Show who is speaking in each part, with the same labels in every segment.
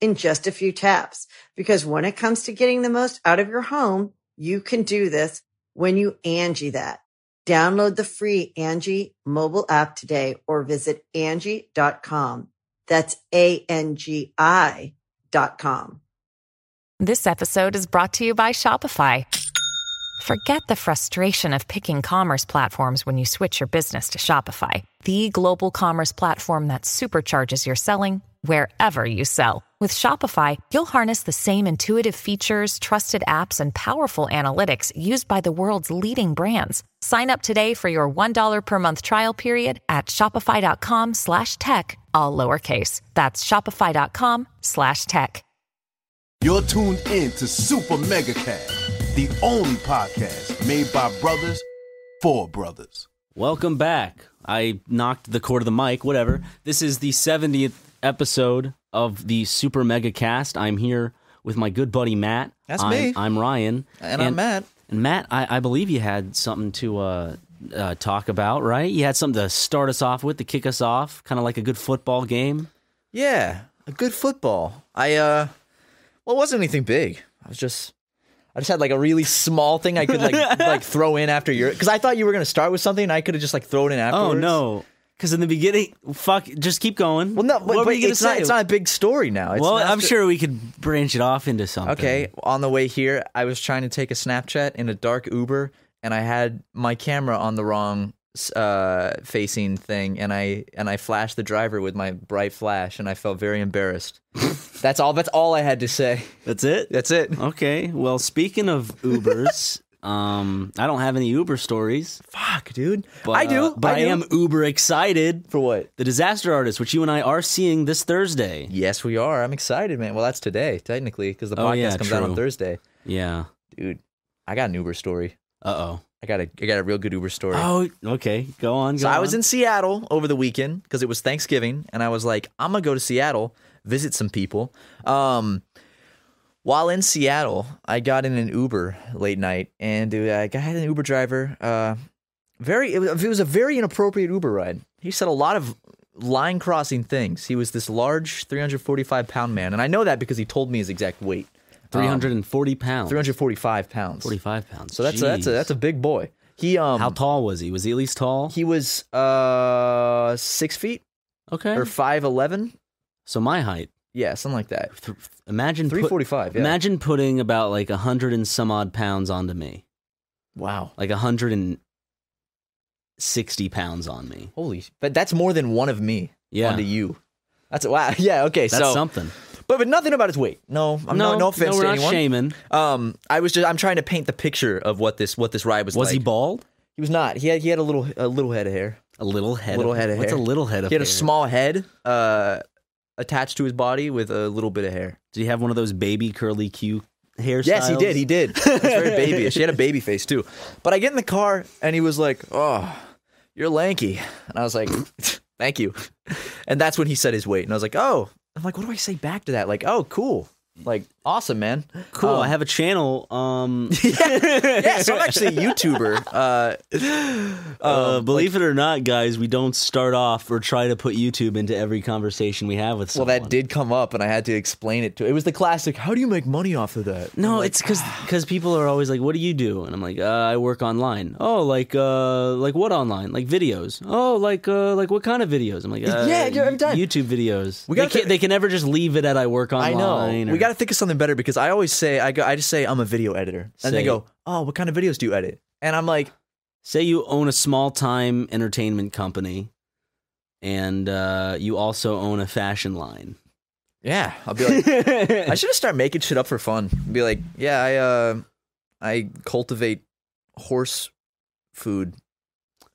Speaker 1: in just a few taps. Because when it comes to getting the most out of your home, you can do this when you Angie that. Download the free Angie mobile app today or visit Angie.com. That's A-N-G-I dot com.
Speaker 2: This episode is brought to you by Shopify. Forget the frustration of picking commerce platforms when you switch your business to Shopify, the global commerce platform that supercharges your selling wherever you sell. With Shopify, you'll harness the same intuitive features, trusted apps, and powerful analytics used by the world's leading brands. Sign up today for your $1 per month trial period at shopify.com slash tech, all lowercase. That's shopify.com slash tech.
Speaker 3: You're tuned in to Super Mega Cast, the only podcast made by brothers for brothers.
Speaker 4: Welcome back. I knocked the cord of the mic, whatever. This is the 70th episode of the Super Mega Cast. I'm here with my good buddy Matt.
Speaker 5: That's
Speaker 4: I'm,
Speaker 5: me.
Speaker 4: I'm Ryan.
Speaker 5: And I'm Matt.
Speaker 4: And Matt, I, I believe you had something to uh, uh, talk about, right? You had something to start us off with, to kick us off, kind of like a good football game.
Speaker 5: Yeah, a good football. I uh, well, it wasn't anything big. I was just, I just had like a really small thing I could like like throw in after your because I thought you were gonna start with something. and I could have just like thrown in
Speaker 4: Oh,
Speaker 5: afterwards.
Speaker 4: no. Because in the beginning, fuck, just keep going.
Speaker 5: Well, no,
Speaker 4: what
Speaker 5: but,
Speaker 4: were
Speaker 5: but
Speaker 4: you gonna
Speaker 5: it's
Speaker 4: say?
Speaker 5: not. It's not a big story now. It's
Speaker 4: well,
Speaker 5: not
Speaker 4: I'm
Speaker 5: st-
Speaker 4: sure we could branch it off into something.
Speaker 5: Okay, on the way here, I was trying to take a Snapchat in a dark Uber, and I had my camera on the wrong s- uh facing thing and i and i flashed the driver with my bright flash and i felt very embarrassed that's all that's all i had to say
Speaker 4: That's it?
Speaker 5: that's it
Speaker 4: Okay. Well, speaking of Ubers, um, I don't have any Uber stories.
Speaker 5: fuck dude
Speaker 4: But,
Speaker 5: i do
Speaker 4: uh, but I,
Speaker 5: do.
Speaker 4: am uber excited
Speaker 5: For what?
Speaker 4: The Disaster Artist, which you and I are seeing this Thursday.
Speaker 5: Yes, we are. I'm excited, man. Well, that's today, technically, because the
Speaker 4: Oh,
Speaker 5: podcast
Speaker 4: yeah,
Speaker 5: comes out on
Speaker 4: true.
Speaker 5: Thursday.
Speaker 4: Yeah.
Speaker 5: Dude, I got an Uber story.
Speaker 4: Uh oh.
Speaker 5: I got a I got a real good Uber story.
Speaker 4: Oh, okay. Go on. Go
Speaker 5: so I
Speaker 4: on.
Speaker 5: was in Seattle over the weekend because it was Thanksgiving, and I was like, I'm gonna go to Seattle, visit some people. Um, while in Seattle, I got in an Uber late night, and uh, I had an Uber driver. Uh, very, it was, it was a very inappropriate Uber ride. He said a lot of line crossing things. He was this large, 345 pound man, and I know that because he told me his exact weight.
Speaker 4: 340 pounds.
Speaker 5: 345 pounds.
Speaker 4: 345 pounds.
Speaker 5: So that's a, that's a,
Speaker 4: Jeez.
Speaker 5: that's a big boy. He um
Speaker 4: How tall was he? Was he at least tall?
Speaker 5: he was uh six feet
Speaker 4: okay.
Speaker 5: or five eleven.
Speaker 4: so my height.
Speaker 5: Yeah, something like that.
Speaker 4: Th- imagine put-
Speaker 5: 345, yeah.
Speaker 4: Imagine putting about like a hundred and some odd pounds onto me,
Speaker 5: Wow.
Speaker 4: like a hundred and sixty pounds on me.
Speaker 5: Holy but that's more than one of me
Speaker 4: Yeah.
Speaker 5: onto you. That's wow. Yeah, okay.
Speaker 4: That's
Speaker 5: so
Speaker 4: something.
Speaker 5: but but nothing about his weight. No, I'm no,
Speaker 4: no,
Speaker 5: no, offense
Speaker 4: no, we're
Speaker 5: to
Speaker 4: not
Speaker 5: anyone.
Speaker 4: shaming.
Speaker 5: Um I was just I'm trying to paint the picture of what this what this ride was,
Speaker 4: Was
Speaker 5: like.
Speaker 4: he bald?
Speaker 5: He was not. He had he had a little a little head of hair.
Speaker 4: A little head.
Speaker 5: little
Speaker 4: of,
Speaker 5: head of
Speaker 4: What's
Speaker 5: hair.
Speaker 4: a little head of
Speaker 5: He had a
Speaker 4: hair?
Speaker 5: small head uh attached to his body with a little bit of hair.
Speaker 4: Did he have one of those baby curly Q hairstyles?
Speaker 5: Yes, he did. He did. He was very babyish. He had a baby face too. But I get in the car and he was like, "Oh, you're lanky," and I was like, "Thank you." And that's when he said his weight, and I was like, "Oh." I'm like, what do I say back to that? Like, oh, cool. Like, awesome, man.
Speaker 4: Cool.
Speaker 5: Um,
Speaker 4: I have a channel. Um,
Speaker 5: yeah, so I'm actually a YouTuber. Uh, um,
Speaker 4: uh, believe it or not, guys, we don't start off or try to put YouTube into every conversation we have with
Speaker 5: well,
Speaker 4: someone.
Speaker 5: that did come up, and I had to explain it to. It was the classic. How do you make money off of that?
Speaker 4: No, it's because
Speaker 5: "Ah."
Speaker 4: because people are always like, "What do you do?" And I'm like, uh, "I work online." Oh, like uh, like what online? Like videos? Oh, like uh, like what kind of videos? I'm like, uh,
Speaker 5: Yeah, yeah, I'm done.
Speaker 4: YouTube videos.
Speaker 5: We
Speaker 4: they
Speaker 5: gotta
Speaker 4: can,
Speaker 5: fi-
Speaker 4: they can never just leave it at I work online.
Speaker 5: I know.
Speaker 4: or-
Speaker 5: We got to think of something even better because I always say I go, I just say I'm a video editor, and
Speaker 4: Say-
Speaker 5: they go, "Oh, what kind of videos do you edit?" And I'm like,
Speaker 4: Say you own a small time entertainment company and uh, you also own a fashion line.
Speaker 5: "Yeah," I'll be like, "I should just start making shit up for fun." Be like, "Yeah, I uh, I cultivate horse food."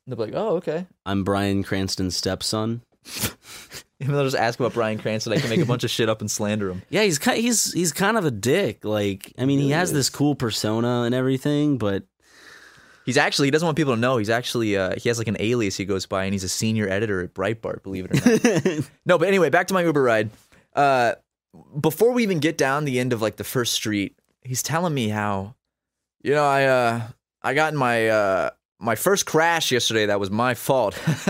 Speaker 5: And they'll be like, "Oh, okay."
Speaker 4: I'm Brian Cranston's stepson.
Speaker 5: Even they'll just ask about Brian Cranston, I can make a bunch of shit up and slander him.
Speaker 4: Yeah, he's ki- he's he's kind of a dick. Like, I mean, he
Speaker 5: Really
Speaker 4: has this
Speaker 5: is.
Speaker 4: cool persona and everything, but
Speaker 5: He's actually he doesn't want people to know. He's actually uh, he has like an alias he goes by, and he's a senior editor at Breitbart. Believe it or not. No, but anyway, back to my Uber ride. Uh, before we even get down the end of like the first street, he's telling me how, you know, I uh, I got in my uh, my first crash yesterday. That was my fault.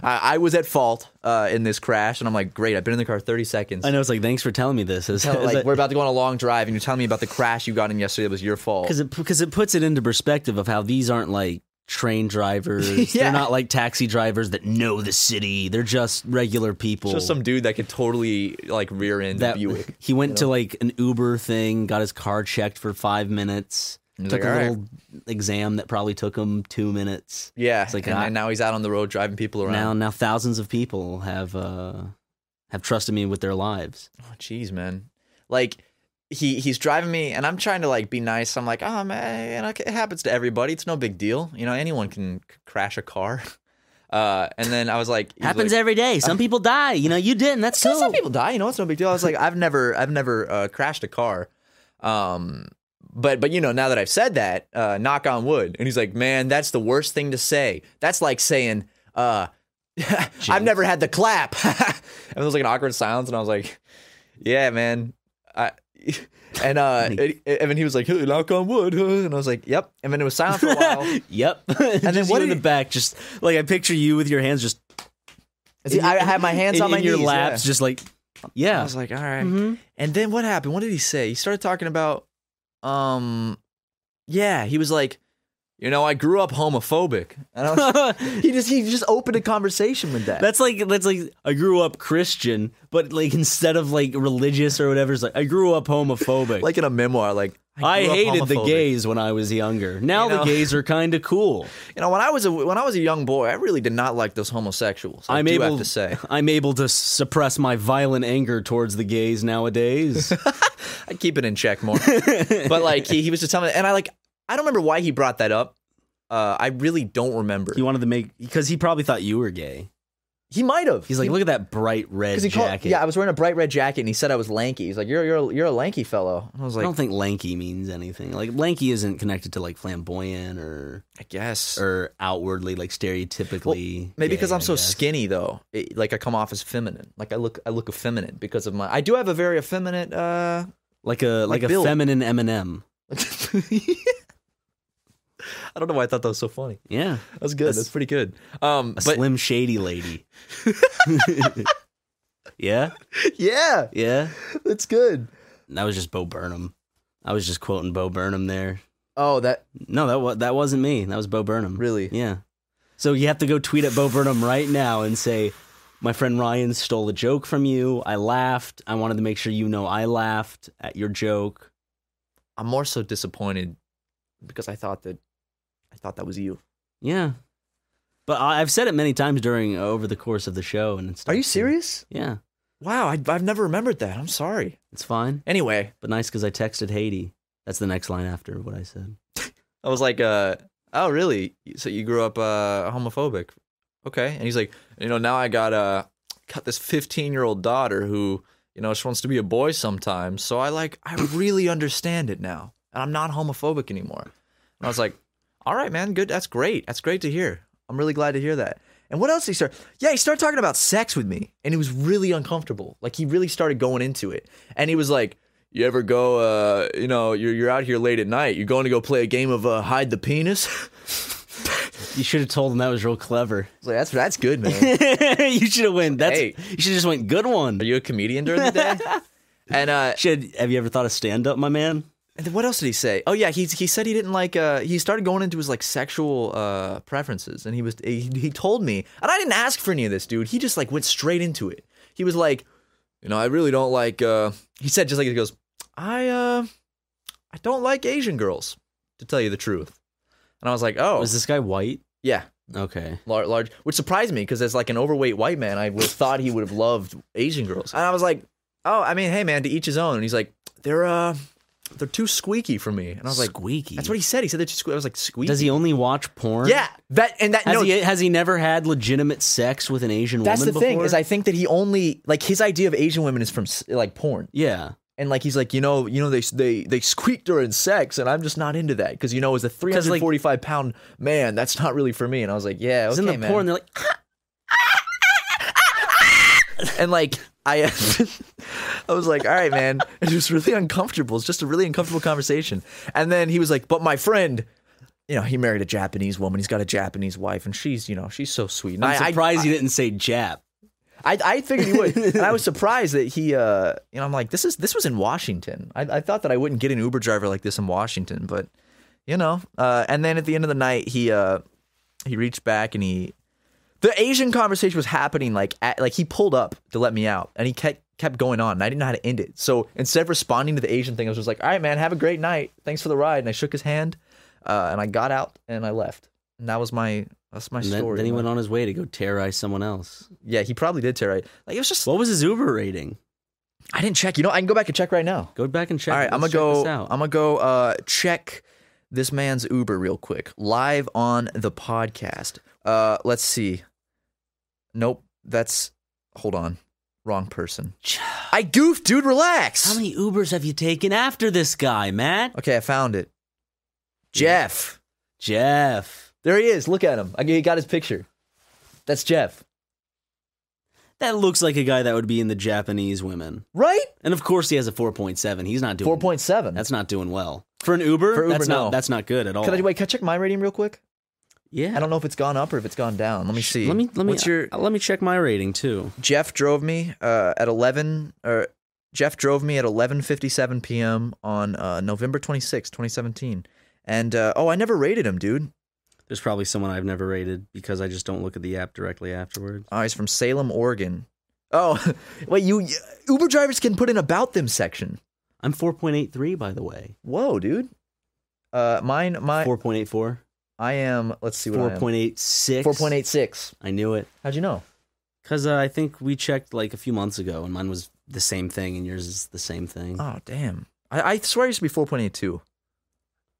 Speaker 5: I, I was at fault uh, in this crash, and I'm like, great. I've been in the car 30 seconds.
Speaker 4: I know it's like thanks for telling me this. Is-
Speaker 5: Tell-
Speaker 4: is
Speaker 5: like
Speaker 4: that-
Speaker 5: we're about to go on a long drive, and you're telling me about the crash you got in yesterday. That was your fault.
Speaker 4: because it because it puts it into perspective of how these aren't like train drivers.
Speaker 5: Yeah.
Speaker 4: They're not like taxi drivers that know the city. They're just regular people.
Speaker 5: Just some dude that could totally like rear end
Speaker 4: that
Speaker 5: Buick.
Speaker 4: he went to like an Uber thing, got his car checked for five minutes,
Speaker 5: He's
Speaker 4: took
Speaker 5: like,
Speaker 4: a
Speaker 5: "All right."
Speaker 4: little exam that probably took him two minutes.
Speaker 5: Yeah,
Speaker 4: It's like,
Speaker 5: and,
Speaker 4: ah.
Speaker 5: and now he's out on the road driving people around.
Speaker 4: Now now thousands of people have uh have trusted me with their lives.
Speaker 5: Oh, jeez, man. Like he he's driving me, and I'm trying to like be nice. I'm like, oh man, you know, it happens to everybody. It's no big deal. You know, anyone can c- crash a car. Uh, and then I was like, he's
Speaker 4: Happens
Speaker 5: like,
Speaker 4: every day. Some people die. You know, you didn't. That's
Speaker 5: "So
Speaker 4: cool.
Speaker 5: Some people die. You know, it's no big deal. I was like, I've never I've never uh, crashed a car. Um, but but you know, now that I've said that, uh, knock on wood. And he's like, man, that's the worst thing to say. That's like saying, uh. I've never had the clap. and there was like an awkward silence, and I was like, "Yeah, man." I and uh, and, and then he was like, hey, "Knock on wood," huh?" and I was like, "Yep." And then it was silent for a while.
Speaker 4: Yep. And then
Speaker 5: then what
Speaker 4: what in
Speaker 5: do
Speaker 4: the
Speaker 5: you-
Speaker 4: back? Just like I picture you with your hands just
Speaker 5: See, I had my hands
Speaker 4: in,
Speaker 5: on my
Speaker 4: in your
Speaker 5: knees, Mm-hmm.
Speaker 4: laps,
Speaker 5: yeah.
Speaker 4: just like
Speaker 5: I
Speaker 4: yeah.
Speaker 5: was like, "All right." And then what happened? What did he say? He started talking about, um, yeah. He was like, "You know, I grew up homophobic," and I was, he just he just opened a conversation with that.
Speaker 4: That's like that's like I grew up Christian, but like instead of like religious or whatever, it's like I grew up homophobic.
Speaker 5: like in a memoir, like
Speaker 4: I,
Speaker 5: grew up
Speaker 4: hated the
Speaker 5: homophobic.
Speaker 4: gays when I was younger. Now
Speaker 5: You know?
Speaker 4: the gays are kind of cool.
Speaker 5: You know, when I was a when I was a young boy, I really did not like those homosexuals. I
Speaker 4: I'm
Speaker 5: do
Speaker 4: able
Speaker 5: have to say,
Speaker 4: I'm able to suppress my violent anger towards the gays nowadays.
Speaker 5: I keep it in check more. but like he, he was just telling me, and I like I don't remember why he brought that up. Uh, I really don't remember.
Speaker 4: he wanted to make because he probably thought you were gay.
Speaker 5: He might have.
Speaker 4: He's like, look at that bright red
Speaker 5: 'Cause he called-
Speaker 4: jacket.
Speaker 5: yeah, I was wearing a bright red jacket, and he said I was lanky. He's like, you're you're you're a lanky fellow. And I was
Speaker 4: I
Speaker 5: like, I,
Speaker 4: don't think lanky means anything. Like lanky isn't connected to like flamboyant or
Speaker 5: guess.
Speaker 4: or outwardly like stereotypically.
Speaker 5: Er, Maybe
Speaker 4: gay,
Speaker 5: because I'm
Speaker 4: I
Speaker 5: so
Speaker 4: guess.
Speaker 5: skinny, though, it, like I come off as feminine. Like I look, I look effeminate because of my. I do have a very effeminate. uh
Speaker 4: like a like,
Speaker 5: Like
Speaker 4: a
Speaker 5: Bill.
Speaker 4: feminine Eminem.
Speaker 5: I don't know why I thought that was so funny.
Speaker 4: Yeah,
Speaker 5: That was good. That's, pretty good. Um,
Speaker 4: a
Speaker 5: but
Speaker 4: slim shady lady. yeah,
Speaker 5: yeah,
Speaker 4: yeah.
Speaker 5: That's good.
Speaker 4: That was just Bo Burnham. I was just quoting Bo Burnham there.
Speaker 5: Oh, that
Speaker 4: No, that was that wasn't me. That was Bo Burnham.
Speaker 5: Really?
Speaker 4: Yeah. So you have to go tweet at Bo Burnham right now and say, "My friend Ryan stole a joke from you. I laughed. I wanted to make sure you know I laughed at your joke."
Speaker 5: I'm more so disappointed because I thought that I thought that was you.
Speaker 4: Yeah. But I, I've said it many times during uh, over the course of the show and stuff.
Speaker 5: Are you
Speaker 4: too.
Speaker 5: serious?
Speaker 4: Yeah,
Speaker 5: Wow, I, I've never remembered that. I'm sorry.
Speaker 4: it's fine.
Speaker 5: Anyway,
Speaker 4: But nice because I texted Haiti. That's the next line after what I said.
Speaker 5: I was like, uh, oh really? So you grew up uh, homophobic? Okay. And he's like, you know, now I got uh, got this 15 year old daughter who you know she wants to be a boy sometimes. So I like I really understand it now, and I'm not homophobic anymore. And I was like, all right, man, good. That's great. That's great to hear. I'm really glad to hear that. And what else did he start? Yeah, he started talking about sex with me, and it was really uncomfortable. Like he really started going into it, and he was like, "You ever go? Uh, you know, you're you're out here late at night. You're going to go play a game of uh, hide the penis."
Speaker 4: You should have told him that was real clever.
Speaker 5: I was like, "That's that's good, man.
Speaker 4: you should have went. That's
Speaker 5: Hey.
Speaker 4: you should have just went. Good one.
Speaker 5: Are you a comedian during the day?" And uh,
Speaker 4: Should have you ever thought of stand up, my man?
Speaker 5: and then what else did he say? Oh yeah, he he said he didn't like. Uh, he started going into his like sexual uh, preferences, and he was he, he told me, and I didn't ask for any of this, dude. He just like went straight into it. He was like, you know, I really don't like. Uh, he said just like he goes, I uh I don't like Asian girls, to tell you the truth. And I was like, oh,
Speaker 4: Was this guy white?
Speaker 5: yeah,
Speaker 4: Okay.
Speaker 5: large, large, which surprised me because as like an overweight white man, I would have thought he would have loved Asian girls. And I was like, oh, I mean, hey man, to each his own. And he's like, they're uh, they're too squeaky for me. And I was like,
Speaker 4: squeaky.
Speaker 5: that's what he said. He said they're too squeaky. I was like, squeaky.
Speaker 4: Does he only watch porn?
Speaker 5: Yeah, that and that.
Speaker 4: Has
Speaker 5: no,
Speaker 4: he has he never had legitimate sex with an Asian
Speaker 5: that's the
Speaker 4: woman before?
Speaker 5: thing is, I think that he only like his idea of Asian women is from s- like porn.
Speaker 4: yeah.
Speaker 5: And like he's like, you know, you know, they they they squeak during sex, and I'm just not into that because you know, as a 345
Speaker 4: like-
Speaker 5: forty five pound man, that's not really for me. And I was like, yeah, okay,
Speaker 4: It's in the
Speaker 5: man.
Speaker 4: porn. They're like,
Speaker 5: and like I, I was like, all right, man, it was really uncomfortable. It's just a really uncomfortable conversation. And then he was like, but my friend. You know, he married a Japanese woman. He's got a Japanese wife, and she's, you know, she's so sweet. And I-
Speaker 4: I'm
Speaker 5: I-
Speaker 4: surprised he didn't say Jap.
Speaker 5: I, I figured he would. and I was surprised that he, uh, you know, I'm like, this is this was in Washington. I, I thought that I wouldn't get an Uber driver like this in Washington, but you know. Uh, and then at the end of the night, he uh, he reached back and he, the Asian conversation was happening like at, like he pulled up to let me out, and he kept kept going on. And I didn't know how to end it, so instead of responding to the Asian thing, I was just like, all right, man, have a great night. Thanks for the ride. And I shook his hand, uh, and I got out and I left. And that was my that's my
Speaker 4: And then,
Speaker 5: story.
Speaker 4: then he
Speaker 5: My-
Speaker 4: went on his way to go terrorize someone else.
Speaker 5: yeah, he probably did tear right. Like it was just
Speaker 4: What was his Uber rating?
Speaker 5: I didn't check. You know, I can go back and check right now.
Speaker 4: Go back and check.
Speaker 5: All right,
Speaker 4: Let's
Speaker 5: I'm gonna
Speaker 4: check
Speaker 5: go.
Speaker 4: This out.
Speaker 5: I'm gonna go uh, check this man's Uber real quick, live on the podcast. Uh, let's see. Nope, that's. Hold on, wrong person. I goofed, dude. Relax.
Speaker 4: How many Ubers have you taken after this guy, Matt?
Speaker 5: okay, I found it. Jeff.
Speaker 4: Jeff.
Speaker 5: There he is. Look at him. I, he got his picture. That's Jeff,
Speaker 4: That looks like a guy that would be in the Japanese women.
Speaker 5: right?
Speaker 4: And of course, he has a 4.7. He's not doing
Speaker 5: Four point seven.
Speaker 4: That's not doing well for an Uber.
Speaker 5: For Uber,
Speaker 4: that's
Speaker 5: no.
Speaker 4: not that's not good at all.
Speaker 5: Can I wait? Can I check my rating real quick?
Speaker 4: yeah,
Speaker 5: I don't know if it's gone up or if it's gone down. Let me see.
Speaker 4: Let me let me uh,
Speaker 5: What's your
Speaker 4: let me check my rating too.
Speaker 5: Jeff drove me uh, at 11 or Jeff drove me at 11:57 p.m. on uh, November 26, 2017. And uh, oh, I never rated him, dude.
Speaker 4: There's probably someone I've never rated because I just don't look at the app directly afterwards.
Speaker 5: Oh, he's from Salem, Oregon. Oh, wait, you Uber drivers can put an about them section.
Speaker 4: I'm 4.83 by the way.
Speaker 5: Whoa, dude. Uh, mine, my,
Speaker 4: 4.84,
Speaker 5: I am. Let's see what I am.
Speaker 4: 4.86,
Speaker 5: 4.86.
Speaker 4: I knew it
Speaker 5: How'd you know?
Speaker 4: because uh, I think we checked like a few months ago, and mine was the same thing, and yours is the same thing.
Speaker 5: Oh, damn. I, I swear it used to be 4.82.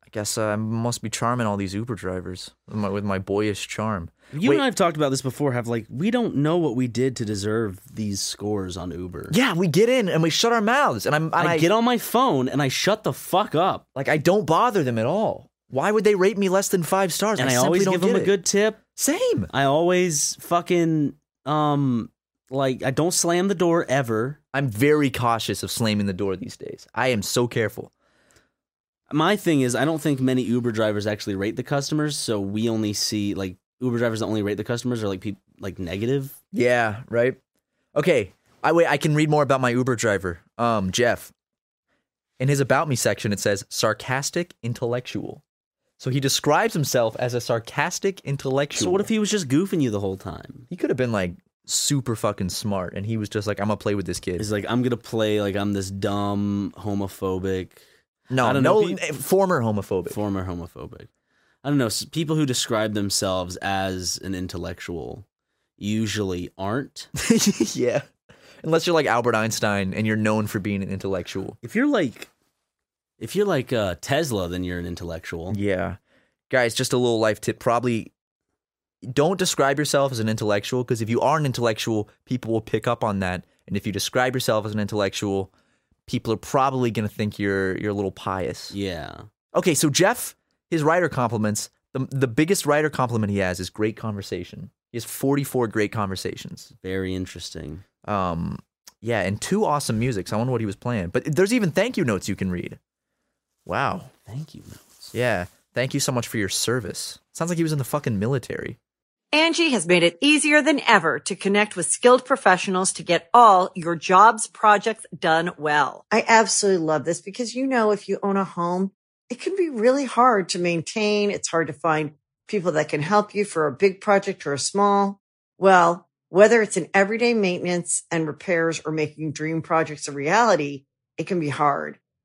Speaker 5: I guess uh, I must be charming all these Uber drivers with my, with my boyish charm.
Speaker 4: you
Speaker 5: wait.
Speaker 4: and I have talked about this before. Have like we don't know what we did to deserve these scores on Uber.
Speaker 5: Yeah, we get in and we shut our mouths, and I'm and
Speaker 4: I get on my phone and I shut the fuck up.
Speaker 5: like I don't bother them at all. Why would they rate me less than five stars?
Speaker 4: and I,
Speaker 5: simply
Speaker 4: always
Speaker 5: don't
Speaker 4: give
Speaker 5: get
Speaker 4: them a
Speaker 5: it.
Speaker 4: good tip.
Speaker 5: same.
Speaker 4: I always fucking um like I don't slam the door ever.
Speaker 5: I'm very cautious of slamming the door these days. I am so careful.
Speaker 4: My thing is I don't think many Uber drivers actually rate the customers, so we only see like Uber drivers that only rate the customers are like people like negative.
Speaker 5: Yeah, right. Okay, I wait. I can read more about my Uber driver, um, Jeff. In his about me section, it says sarcastic intellectual. So he describes himself as a sarcastic intellectual.
Speaker 4: So what if he was just goofing you the whole time?
Speaker 5: he could have been like super fucking smart, and he was just like, "I'm gonna play with this kid."
Speaker 4: He's like I'm going to play like I'm this dumb homophobic
Speaker 5: No,
Speaker 4: I don't
Speaker 5: no,
Speaker 4: know, pe-
Speaker 5: eh, former homophobic.
Speaker 4: former homophobic. I don't know. s- People who describe themselves as an intellectual usually aren't.
Speaker 5: yeah. Unless you're like Albert Einstein and you're known for being an intellectual.
Speaker 4: If you're like if you're like uh, Tesla, then you're an intellectual.
Speaker 5: Yeah. Guys, just a little life tip. Probably don't describe yourself as an intellectual because if you are an intellectual, people will pick up on that. And if you describe yourself as an intellectual, people are probably going to think you're you're a little pious.
Speaker 4: Yeah.
Speaker 5: Okay, so Jeff, his writer compliments, the, the biggest writer compliment he has is great conversation. He has 44 great conversations.
Speaker 4: Very interesting.
Speaker 5: Um, yeah, and two awesome musics. I wonder what he was playing. But there's even thank you notes you can read. Wow.
Speaker 4: Thank you, notes.
Speaker 5: Yeah. Thank you so much for your service. Sounds like he was in the fucking military.
Speaker 1: Angie has made it easier than ever to connect with skilled professionals to get all your jobs projects done well. I absolutely love this because, you know, if you own a home, it can be really hard to maintain. It's hard to find people that can help you for a big project or a small. Well, whether it's in everyday maintenance and repairs or making dream projects a reality, it can be hard.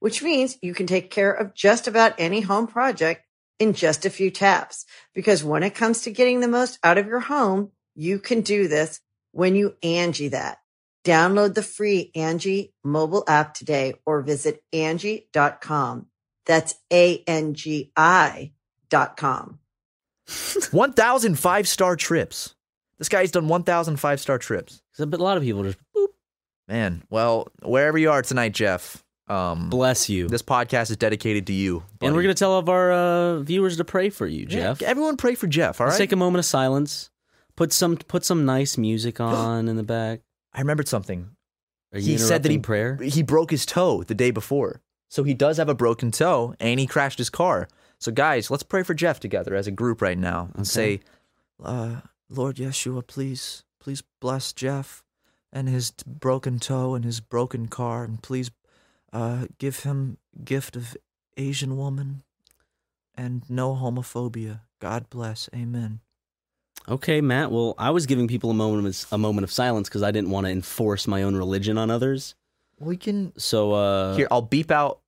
Speaker 1: which means you can take care of just about any home project in just a few taps. Because when it comes to getting the most out of your home, you can do this when you Angie that. Download the free Angie mobile app today or visit Angie.com. That's A-N-G-I dot com.
Speaker 5: 1,000 five star trips. This guy's done 1,000 five star trips.
Speaker 4: 'Cause a lot of people just boop,
Speaker 5: Man, well, wherever you are tonight, Jeff, um,
Speaker 4: bless you.
Speaker 5: this podcast is dedicated to you.
Speaker 4: and
Speaker 5: buddy.
Speaker 4: we're going to tell all of our uh, viewers to pray for you,
Speaker 5: Yeah,
Speaker 4: Jeff.
Speaker 5: everyone pray for Jeff, all right?
Speaker 4: Let's take a moment of silence. Put some put some nice music on in the back.
Speaker 5: I remembered something.
Speaker 4: Are
Speaker 5: he
Speaker 4: you
Speaker 5: said that he
Speaker 4: interrupting prayer.
Speaker 5: he broke his toe the day before. So he does have a broken toe and he crashed his car. So guys, let's pray for Jeff together as a group right now and
Speaker 4: Okay.
Speaker 5: say, uh, Lord Yeshua, please, please bless Jeff and his t- broken toe and his broken car and please uh, give him gift of Asian woman and no homophobia. God bless. Amen.
Speaker 4: Okay, Matt. Well, I was giving people a moment of, a moment of silence because I didn't want to enforce my own religion on others.
Speaker 5: We can
Speaker 4: So uh,
Speaker 5: here I'll beep out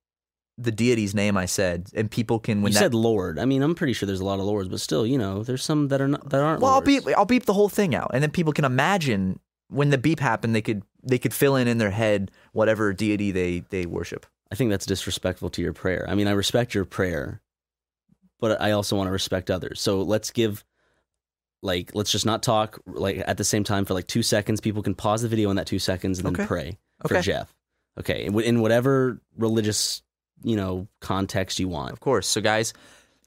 Speaker 5: the deity's name I said and people can
Speaker 4: you
Speaker 5: when that
Speaker 4: said Lord. I mean, I'm pretty sure there's a lot of lords, but still, you know, there's some that are not that aren't.
Speaker 5: Well, I'll
Speaker 4: lords.
Speaker 5: beep. I'll beep the whole thing out, and then people can imagine when the beep happened. They could they could fill in in their head whatever deity they they worship.
Speaker 4: I think that's disrespectful to your prayer. I mean, I respect your prayer, but I also want to respect others. So let's give, like, let's just not talk like at the same time for like two seconds. People can pause the video in that two seconds and
Speaker 5: Okay.
Speaker 4: then pray for
Speaker 5: Okay.
Speaker 4: Jeff. Okay, in wh- in whatever religious you know context you want.
Speaker 5: Of course. So, guys,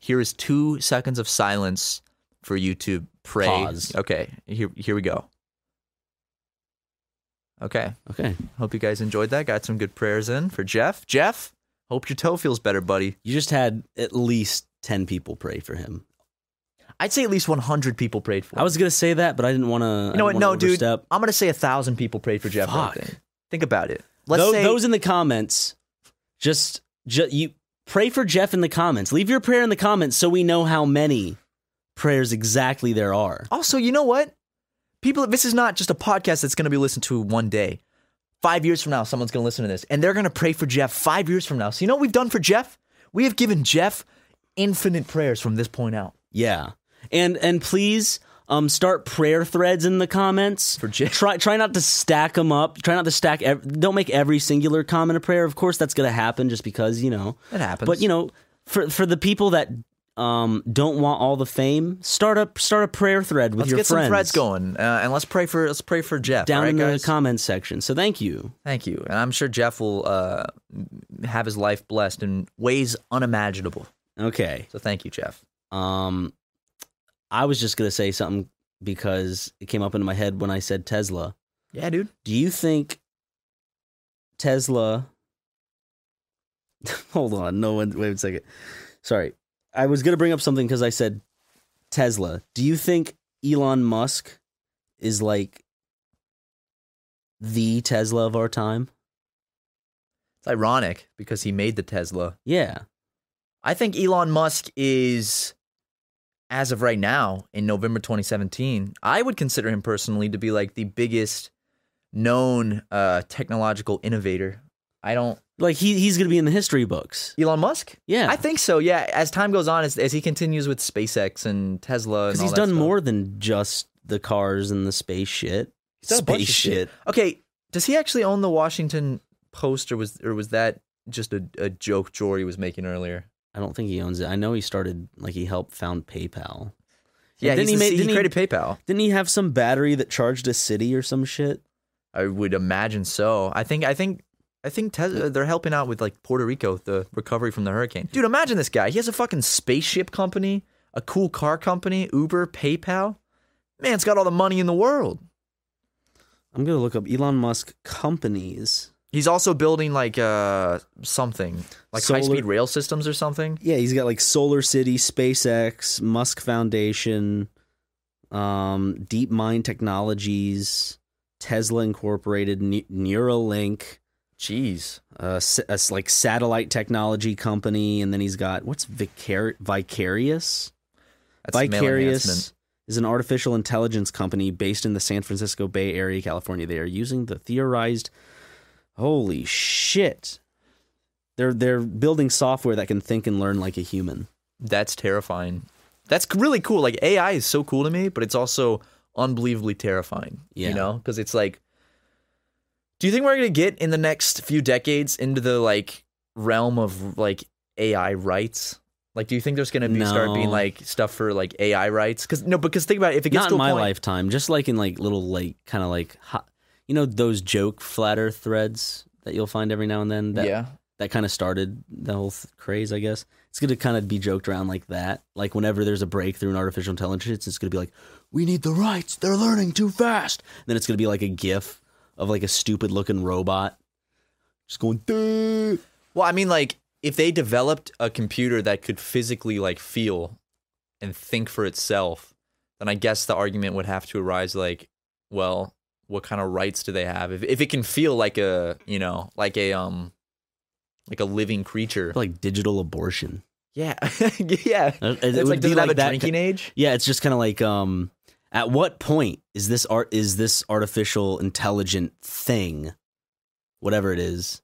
Speaker 5: here is two seconds of silence for you to pray.
Speaker 4: Pause.
Speaker 5: Okay. Here here we go. Okay.
Speaker 4: Okay,
Speaker 5: Hope you guys enjoyed that. Got some good prayers in for Jeff. Jeff, hope your toe feels better, buddy.
Speaker 4: you just had at least ten people pray for him.
Speaker 5: I'd say at least 100 people prayed for.
Speaker 4: I was gonna say that, but I didn't want to.
Speaker 5: You know what? No, dude.
Speaker 4: Overstep.
Speaker 5: I'm gonna say a thousand people prayed for Jeff.
Speaker 4: Fuck.
Speaker 5: Burton. Think about it. Let's
Speaker 4: those,
Speaker 5: say
Speaker 4: those in the comments, just, ju- you pray for Jeff in the comments. Leave your prayer in the comments so we know how many prayers exactly there are.
Speaker 5: Also, you know what? People, this is not just a podcast that's going to be listened to one day. Five years from now, someone's going to listen to this and they're going to pray for Jeff five years from now. So, you know what we've done for Jeff? We have given Jeff infinite prayers from this point out.
Speaker 4: Yeah, and and please. Um, start prayer threads in the comments.
Speaker 5: For Jeff.
Speaker 4: Try try not to stack them up. Try not to stack. Ev- don't make every singular comment a prayer. Of course, that's gonna happen just because you know
Speaker 5: It happens.
Speaker 4: But you know, for for the people that um don't want all the fame, start up start a prayer thread with
Speaker 5: let's
Speaker 4: your
Speaker 5: get
Speaker 4: friends.
Speaker 5: some threads going uh, and let's pray for let's pray for Jeff.
Speaker 4: down
Speaker 5: all right,
Speaker 4: in
Speaker 5: guys?
Speaker 4: the comments section. So thank you.
Speaker 5: Thank you. And I'm sure Jeff will uh, have his life blessed in ways unimaginable.
Speaker 4: Okay.
Speaker 5: So, thank you, Jeff.
Speaker 4: Um, I was just gonna say something because it came up into my head when I said Tesla.
Speaker 5: Yeah, dude.
Speaker 4: Do you think Tesla? Hold on. No one. Wait a second. Sorry. I was gonna bring up something because I said Tesla. Do you think Elon Musk is like the Tesla of our time?
Speaker 5: It's ironic because he made the Tesla.
Speaker 4: Yeah.
Speaker 5: I think Elon Musk is, as of right now, in November 2017, I would consider him personally to be like the biggest known uh, technological innovator. I don't.
Speaker 4: Like he he's gonna be in the history books.
Speaker 5: Elon Musk?
Speaker 4: Yeah.
Speaker 5: I think so. Yeah. As time goes on, as, as he continues with SpaceX and Tesla, and
Speaker 4: Because
Speaker 5: all
Speaker 4: he's
Speaker 5: that
Speaker 4: done
Speaker 5: stuff.
Speaker 4: more than just the cars and the space shit.
Speaker 5: He's done a bunch of Okay, does he actually own the Washington Post, or was or was that just a, a joke Jory was making earlier?
Speaker 4: I don't think he owns it. I know he started like he helped found PayPal.
Speaker 5: Yeah,
Speaker 4: And
Speaker 5: he's the C- he
Speaker 4: didn't
Speaker 5: created PayPal.
Speaker 4: Didn't he have some battery that charged a city or some shit?
Speaker 5: I would imagine so. I think I think I think Tesla, they're helping out with like Puerto Rico with the recovery from the hurricane. Dude, imagine this guy. He has a fucking spaceship company, a cool car company, Uber, PayPal. Man's got all the money in the world.
Speaker 4: I'm gonna look up Elon Musk companies.
Speaker 5: He's also building like uh something like
Speaker 4: Solar-
Speaker 5: high speed rail systems or something.
Speaker 4: Yeah, he's got like Solar City, SpaceX, Musk Foundation, um, DeepMind Technologies, Tesla Incorporated, Ne- Neuralink,
Speaker 5: Jeez,
Speaker 4: uh, s- a s- like satellite technology company, and then he's got what's Vicar- Vicarious?
Speaker 5: that's a mail enhancement.
Speaker 4: Vicarious is an artificial intelligence company based in the San Francisco Bay Area, California. They are using the theorized. Holy shit! They're they're building software that can think and learn like a human.
Speaker 5: That's terrifying. That's really cool. Like AI is so cool to me, but it's also unbelievably terrifying.
Speaker 4: Yeah.
Speaker 5: You know, because it's like, do you think we're gonna get in the next few decades into the like realm of like AI rights? Like, do you think there's gonna be start being
Speaker 4: No.
Speaker 5: like stuff for like AI rights? Because no, because think about it. If it gets
Speaker 4: Not
Speaker 5: to
Speaker 4: in
Speaker 5: a
Speaker 4: my
Speaker 5: point,
Speaker 4: lifetime, just like in like little like kind of like hot, you know those joke flat Earth threads that you'll find every now and then. That,
Speaker 5: yeah,
Speaker 4: that kind of started the whole th- craze, I guess. It's going to kind of be joked around like that. Like whenever there's a breakthrough in artificial intelligence, it's going to be like, "We need the rights. They're learning too fast." And then it's going to be like a GIF of like a stupid looking robot just going. "Duh."
Speaker 5: Well, I mean, like if they developed a computer that could physically like feel and think for itself, then I guess the argument would have to arise like, well, what kind of rights do they have if if it can feel like a you know like a um like a living creature?
Speaker 4: Like digital abortion. Uh,
Speaker 5: yeah, yeah.
Speaker 4: It,
Speaker 5: It's
Speaker 4: would
Speaker 5: like does
Speaker 4: be
Speaker 5: it have
Speaker 4: like
Speaker 5: a
Speaker 4: that
Speaker 5: drinking age?
Speaker 4: Yeah, it's just kind of like um at what point is this art is this artificial intelligent thing whatever it is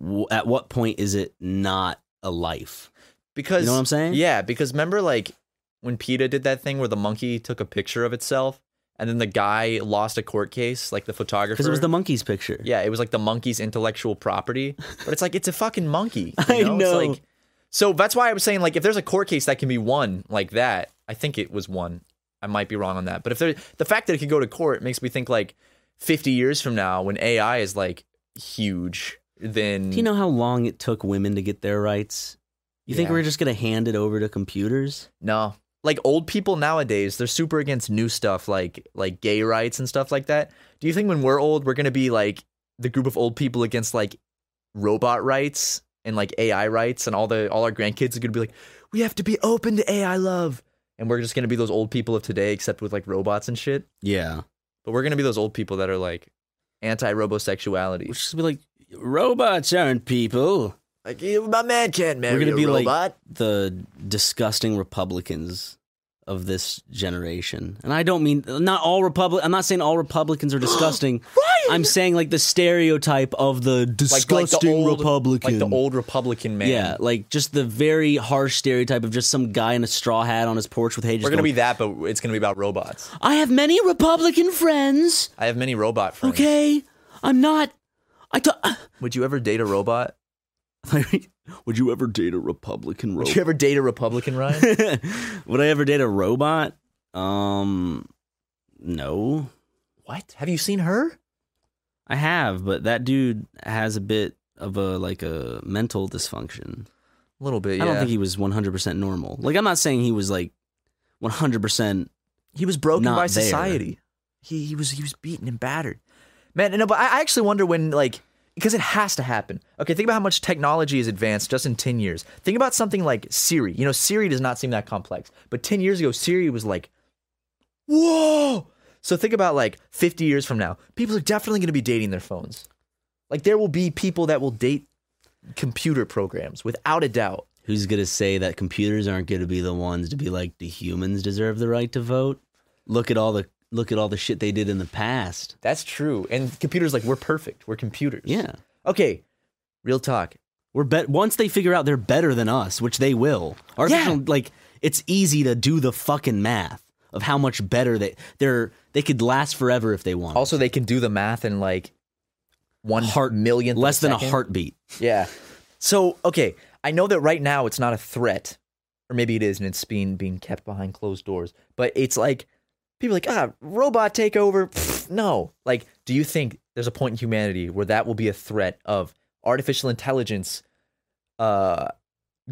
Speaker 4: w- at what point is it not a life?
Speaker 5: Because
Speaker 4: what I'm saying?
Speaker 5: Yeah, because remember like when PETA did that thing where the monkey took a picture of itself and then the guy lost a court case, like the photographer.
Speaker 4: Cuz it was the monkey's picture.
Speaker 5: Yeah, it was like the monkey's intellectual property, but it's like it's a fucking monkey.
Speaker 4: I
Speaker 5: You know? It's
Speaker 4: know.
Speaker 5: like, so that's why I was saying like if there's a court case that can be won like that, I think it was one. I might be wrong on that, but if there, the fact that it could go to court makes me think like 50 years from now when AI is like huge, then
Speaker 4: Do you know how long it took women to get their rights? You think
Speaker 5: Yeah.
Speaker 4: we're just going to hand it over to computers?
Speaker 5: No. Like old people nowadays, they're super against new stuff like like gay rights and stuff like that. Do you think when we're old, we're gonna be like the group of old people against like robot rights and like AI rights and all the all our grandkids are gonna be like, we have to be open to AI love, and we're just gonna be those old people of today, except with like robots and shit.
Speaker 4: Yeah.
Speaker 5: But we're gonna be those old people that are like anti-robosexuality.
Speaker 4: We're just going to be like robots aren't people.
Speaker 5: like "Yeah, my man can't marry
Speaker 4: gonna
Speaker 5: a
Speaker 4: be, like,
Speaker 5: robot.
Speaker 4: the disgusting Republicans of this generation. And I don't mean not all Republic. I'm not saying all Republicans are disgusting. I'm saying like the stereotype of the
Speaker 5: like, like the
Speaker 4: disgusting
Speaker 5: old
Speaker 4: Republican.
Speaker 5: like the old Republican man.
Speaker 4: yeah, like just the very harsh stereotype of just some guy in a straw hat on his porch with hay. Just
Speaker 5: We're gonna be
Speaker 4: going,
Speaker 5: that, but it's gonna be about robots.
Speaker 4: I have many Republican friends.
Speaker 5: I have many robot friends.
Speaker 4: Okay, I'm not. I uh. thought.
Speaker 5: Would you ever date a robot?
Speaker 4: Would you ever date a Republican
Speaker 5: Would
Speaker 4: robot?
Speaker 5: you ever date a Republican, Ryan?
Speaker 4: Would I ever date a robot? Um, no.
Speaker 5: what? Have you seen her?
Speaker 4: I have, but that dude has a bit of a like a mental dysfunction.
Speaker 5: A little bit. Yeah.
Speaker 4: I don't think he was 100% normal. Like I'm not saying he was like 100%
Speaker 5: he was broken
Speaker 4: Not
Speaker 5: by
Speaker 4: there.
Speaker 5: society. He he was he was beaten and battered. Man, no, but I I actually wonder when like because it has to happen. Okay, think about how much technology is advanced just in ten years. Think about something like Siri. You know, Siri does not seem that complex, but ten years ago, Siri was like, whoa. So think about like fifty years from now, people are definitely going to be dating their phones. Like there will be people that will date computer programs without a doubt.
Speaker 4: who's going to say that computers aren't going to be the ones to be like the humans deserve the right to vote? Look at all the look at all the shit they did in the past.
Speaker 5: That's true. And computers like we're perfect. We're computers.
Speaker 4: Yeah.
Speaker 5: Okay. Real talk.
Speaker 4: We're bet once they figure out they're better than us, which they will. Artificial like it's easy to do the fucking math of how much better they they're they could last forever if they want.
Speaker 5: Also, they can do the math in like one
Speaker 4: Heart-
Speaker 5: millionth of
Speaker 4: less than a
Speaker 5: second.
Speaker 4: heartbeat.
Speaker 5: Yeah. So okay, I know that right now it's not a threat, or maybe it is, and it's being being kept behind closed doors. But it's like people are like ah, robot takeover. Pfft, no, like, do you think there's a point in humanity where that will be a threat of artificial intelligence, uh,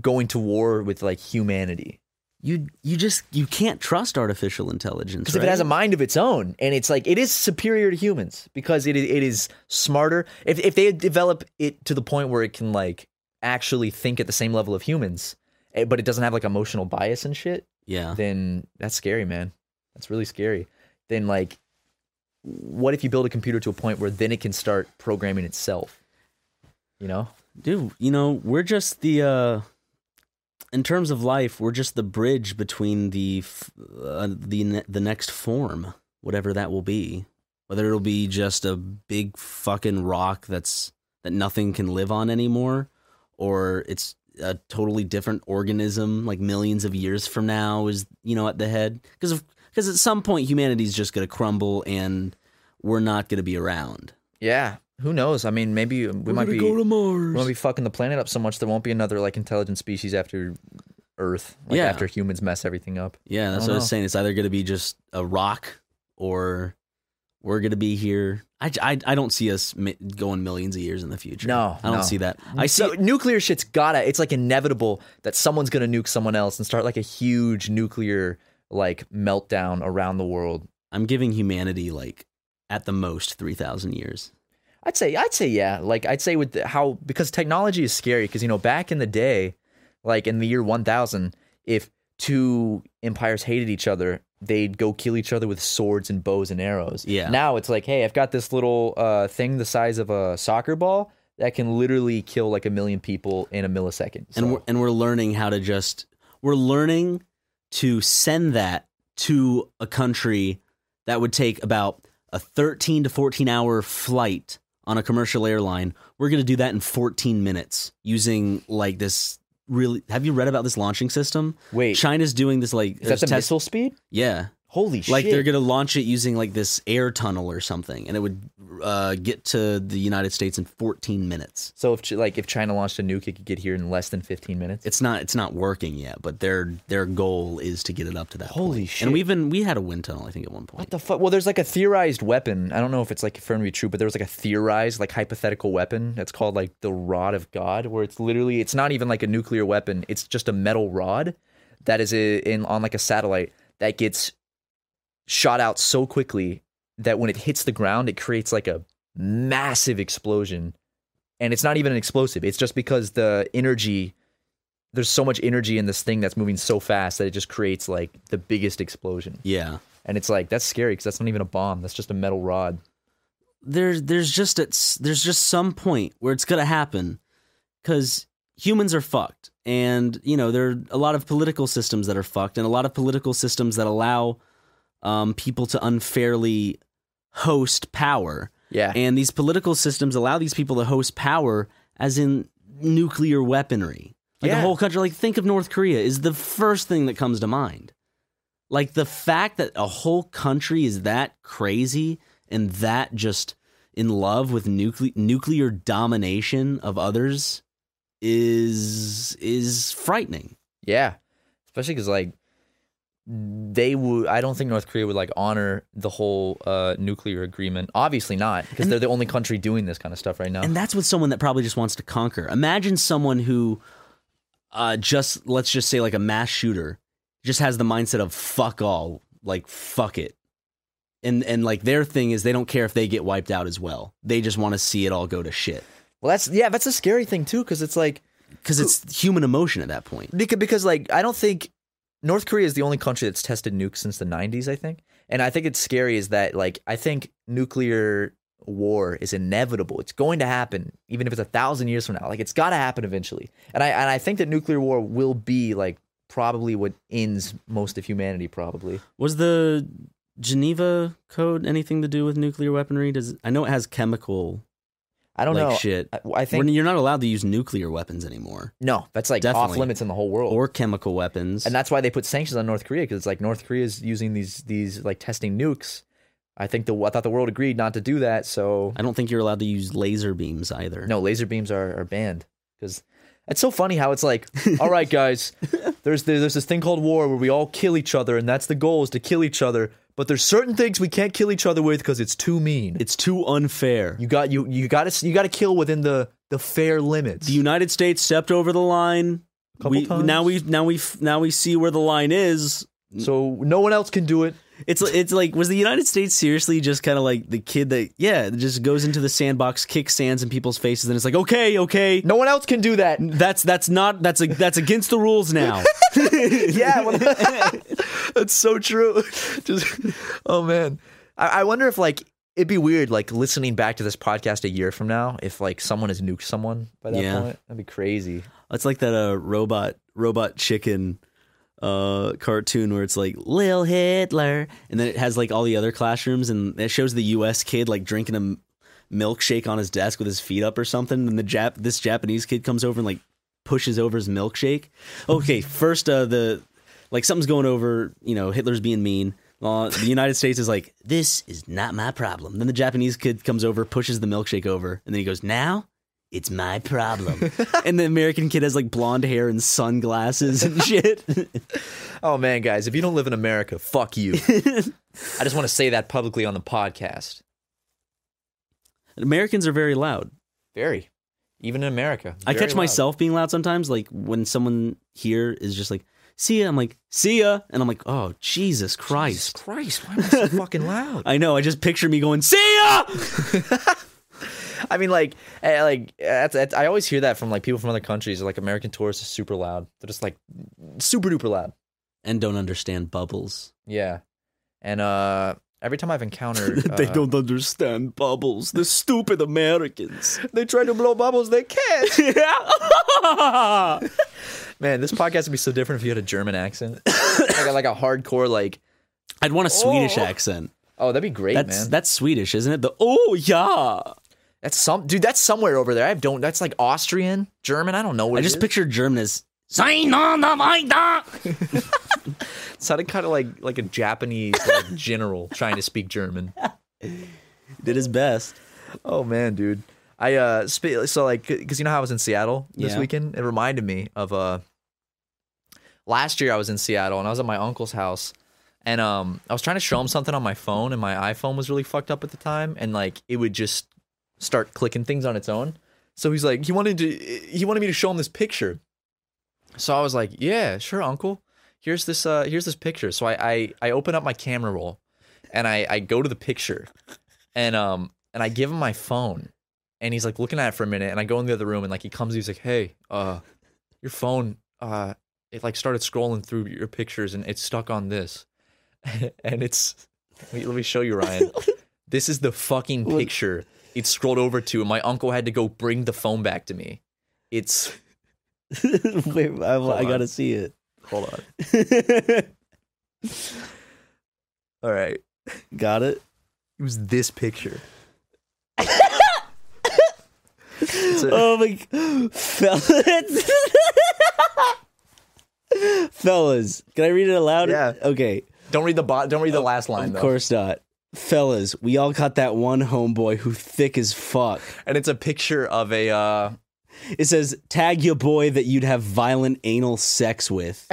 Speaker 5: going to war with like humanity?
Speaker 4: you you just you can't trust artificial intelligence
Speaker 5: Because
Speaker 4: right?
Speaker 5: if it has a mind of its own, and it's like it is superior to humans because it is, it is smarter. If if they develop it to the point where it can like actually think at the same level of humans, eh, but it doesn't have like emotional bias and shit,
Speaker 4: yeah
Speaker 5: then that's scary, man. That's really scary. Then like, what if you build a computer to a point where then it can start programming itself? You know,
Speaker 4: dude you know we're just the uh in terms of life we're just the bridge between the f- uh, the ne- the next form whatever that will be whether it'll be just a big fucking rock that's that nothing can live on anymore or it's a totally different organism like millions of years from now is you know at the head because because at some point humanity's just going to crumble and we're not going to be around
Speaker 5: yeah. Who knows? I mean, maybe we might be
Speaker 4: mars
Speaker 5: We won't be fucking the planet up so much there won't be another like intelligent species after Earth. Like
Speaker 4: Yeah.
Speaker 5: after humans mess everything up.
Speaker 4: Yeah, that's
Speaker 5: don't
Speaker 4: what I was
Speaker 5: know.
Speaker 4: saying. It's either going to be just a rock or we're going to be here. I, I, I don't see us mi- going millions of years in the future.
Speaker 5: No,
Speaker 4: I don't
Speaker 5: no.
Speaker 4: see that. I see.
Speaker 5: so nuclear shit's gotta it's like inevitable that someone's gonna nuke someone else and start like a huge nuclear like meltdown around the world.
Speaker 4: I'm giving humanity like at the most 3,000 years.
Speaker 5: I'd say I'd say yeah. Like I'd say with the, how because technology is scary because you know back in the day, like in the year 1000, if two empires hated each other, they'd go kill each other with swords and bows and arrows.
Speaker 4: Yeah.
Speaker 5: Now it's like, hey, I've got this little uh, thing the size of a soccer ball that can literally kill like a million people in a millisecond. So-
Speaker 4: And, we're, and we're learning how to just, we're learning to send that to a country that would take about a 13 to 14 hour flight on a commercial airline. We're going to do that in 14 minutes using like this really have you read about this launching system?
Speaker 5: wait,
Speaker 4: China's doing this like
Speaker 5: is that
Speaker 4: there's
Speaker 5: the
Speaker 4: test-
Speaker 5: missile speed?
Speaker 4: Yeah.
Speaker 5: Holy shit!
Speaker 4: Like they're going to launch it using like this air tunnel or something and it would uh, get to the United States in 14 minutes.
Speaker 5: So if Chi- like if China launched a nuke, it could get here in less than 15 minutes.
Speaker 4: It's not it's not working yet, but their their goal is to get it up to that
Speaker 5: Holy
Speaker 4: point.
Speaker 5: shit.
Speaker 4: And we've been we had a wind tunnel I think at one point.
Speaker 5: What the fuck? Well, there's like a theorized weapon. I don't know if it's like confirmed to be true, but there was like a theorized, like hypothetical weapon that's called like the Rod of God, where it's literally it's not even like a nuclear weapon. It's just a metal rod that is i- in on like a satellite that gets shot out so quickly that when it hits the ground, it creates like a massive explosion, and it's not even an explosive. It's just because the energy. There's so much energy in this thing that's moving so fast that it just creates like the biggest explosion.
Speaker 4: yeah.
Speaker 5: And it's like that's scary because that's not even a bomb. That's just a metal rod.
Speaker 4: there's there's just it's there's just some point where it's gonna happen because humans are fucked and you know there are a lot of political systems that are fucked and a lot of political systems that allow um, people to unfairly host power
Speaker 5: Yeah.
Speaker 4: and these political systems allow these people to host power as in nuclear weaponry like
Speaker 5: Yeah.
Speaker 4: the whole country like think of north korea is the first thing that comes to mind like the fact that a whole country is that crazy and that just in love with nucle- nuclear domination of others is is frightening
Speaker 5: yeah. Especially because like they would. I don't think North Korea would like honor the whole uh, nuclear agreement. Obviously not, because they're the only country doing this kind of stuff right now.
Speaker 4: And that's with someone that probably just wants to conquer. Imagine someone who uh just let's just say like a mass shooter just has the mindset of fuck all, like fuck it. And and like their thing is they don't care if they get wiped out as well. They just want to see it all go to shit.
Speaker 5: well, that's yeah. That's a scary thing too, because it's like
Speaker 4: Cuz it's human emotion at that point.
Speaker 5: because, because like I don't think North Korea is the only country that's tested nukes since the 90s, I think. And I think it's scary is that like I think nuclear war is inevitable. It's going to happen even if it's a thousand years from now. Like it's got to happen eventually. And I and I think that nuclear war will be like probably what ends most of humanity probably.
Speaker 4: Was the Geneva Code anything to do with nuclear weaponry? Does I know it has chemical
Speaker 5: I don't
Speaker 4: like
Speaker 5: know.
Speaker 4: shit.
Speaker 5: I, I think
Speaker 4: when you're not allowed to use nuclear weapons anymore
Speaker 5: no, that's like off
Speaker 4: Definitely.
Speaker 5: limits in the whole world.
Speaker 4: or chemical weapons.
Speaker 5: and that's why they put sanctions on North Korea because it's like North Korea's using these these like testing nukes. I think the I thought the world agreed not to do that, so
Speaker 4: I don't think you're allowed to use laser beams either.
Speaker 5: No, laser beams are, are banned because it's so funny how it's like, all right, guys, there's there's this thing called war where we all kill each other, and that's the goal is to kill each other. But there's certain things we can't kill each other with because it's too mean.
Speaker 4: It's too unfair.
Speaker 5: you got you you got to you got to kill within the the fair limits.
Speaker 4: the United States stepped over the line
Speaker 5: couple
Speaker 4: we
Speaker 5: times.
Speaker 4: now we now we now we see where the line is.
Speaker 5: so no one else can do it.
Speaker 4: It's li- it's like was the United States seriously just kind of like the kid that yeah just goes into the sandbox, kicks sands in people's faces, and it's like okay, okay,
Speaker 5: No one else can do that.
Speaker 4: that's that's not that's a that's against the rules now.
Speaker 5: yeah, well, that's so true. Just, oh man, I, I wonder if like it'd be weird like listening back to this podcast a year from now if like someone has nuked someone by that
Speaker 4: Yeah.
Speaker 5: point. That'd be crazy.
Speaker 4: It's like that uh, robot robot chicken uh, cartoon where it's like Lil Hitler, and then it has like all the other classrooms, and it shows the U.S. kid like drinking a m- milkshake on his desk with his feet up or something, and the Jap this Japanese kid comes over and like pushes over his milkshake. Okay, first uh, the like something's going over, you know, Hitler's being mean. Uh, the United States is like, this is not my problem. Then the Japanese kid comes over, pushes the milkshake over, and then he goes, now it's my problem. and the American kid has like blonde hair and sunglasses and shit.
Speaker 5: Oh man, guys, if you don't live in America, fuck you. I just want to say that publicly on the podcast.
Speaker 4: Americans are very loud.
Speaker 5: Very, even in America,
Speaker 4: I
Speaker 5: very
Speaker 4: catch
Speaker 5: loud.
Speaker 4: myself being loud sometimes, like when someone here is just like, see ya. I'm like, see ya. And I'm like, oh, Jesus
Speaker 5: Jesus
Speaker 4: Christ.
Speaker 5: Christ, why am I so fucking loud?
Speaker 4: I know. I just picture me going, see ya.
Speaker 5: I mean, like, eh, like that's, that's, I always hear that from like people from other countries. Like American tourists are super loud. They're just like super duper loud.
Speaker 4: And don't understand bubbles.
Speaker 5: Yeah, and uh, every time I've encountered, uh,
Speaker 4: understand bubbles. The stupid Americans.
Speaker 5: They try to blow bubbles. They can't.
Speaker 4: yeah.
Speaker 5: Man, this podcast would be so different if you had a German accent, like a, like a hardcore like.
Speaker 4: I'd want a Swedish
Speaker 5: Oh.
Speaker 4: accent.
Speaker 5: Oh, that'd be great,
Speaker 4: That's
Speaker 5: man.
Speaker 4: that's Swedish, isn't it? The oh yeah.
Speaker 5: That's some dude. That's somewhere over there. I don't. That's like Austrian, German. I don't know what.
Speaker 4: I
Speaker 5: it
Speaker 4: just
Speaker 5: is.
Speaker 4: pictured German as "Sein on the Maida."
Speaker 5: It sounded kind of like like a Japanese like, general trying to speak German.
Speaker 4: Did his best.
Speaker 5: Oh man, dude. I uh sp- so like because you know how I was in Seattle this
Speaker 4: Yeah.
Speaker 5: weekend. It reminded me of uh last year I was in Seattle and I was at my uncle's house and um I was trying to show him something on my phone and my iPhone was really fucked up at the time and like it would just start clicking things on its own. So he's like he wanted to he wanted me to show him this picture. So I was like, yeah, sure, uncle. Here's this uh here's this picture. So I I, I open up my camera roll and I I go to the picture and um and I give him my phone and he's like looking at it for a minute and I go in the other room and like he comes he's like hey uh your phone uh it like started scrolling through your pictures and it's stuck on this and it's let me, let me show you Ryan this is the fucking picture it scrolled over to and my uncle had to go bring the phone back to me it's
Speaker 4: Wait, I, I
Speaker 5: on.
Speaker 4: gotta see it.
Speaker 5: hold on all right
Speaker 4: Got it.
Speaker 5: it was this picture
Speaker 4: Oh my, g- fellas, fellas. Can I read it aloud?
Speaker 5: Yeah.
Speaker 4: Okay.
Speaker 5: don't read the bot don't read the last line
Speaker 4: Of
Speaker 5: though
Speaker 4: course not. Fellas, we all got that one homeboy who thick as fuck.
Speaker 5: and it's a picture of a uh
Speaker 4: It says, tag your boy that you'd have violent anal sex with.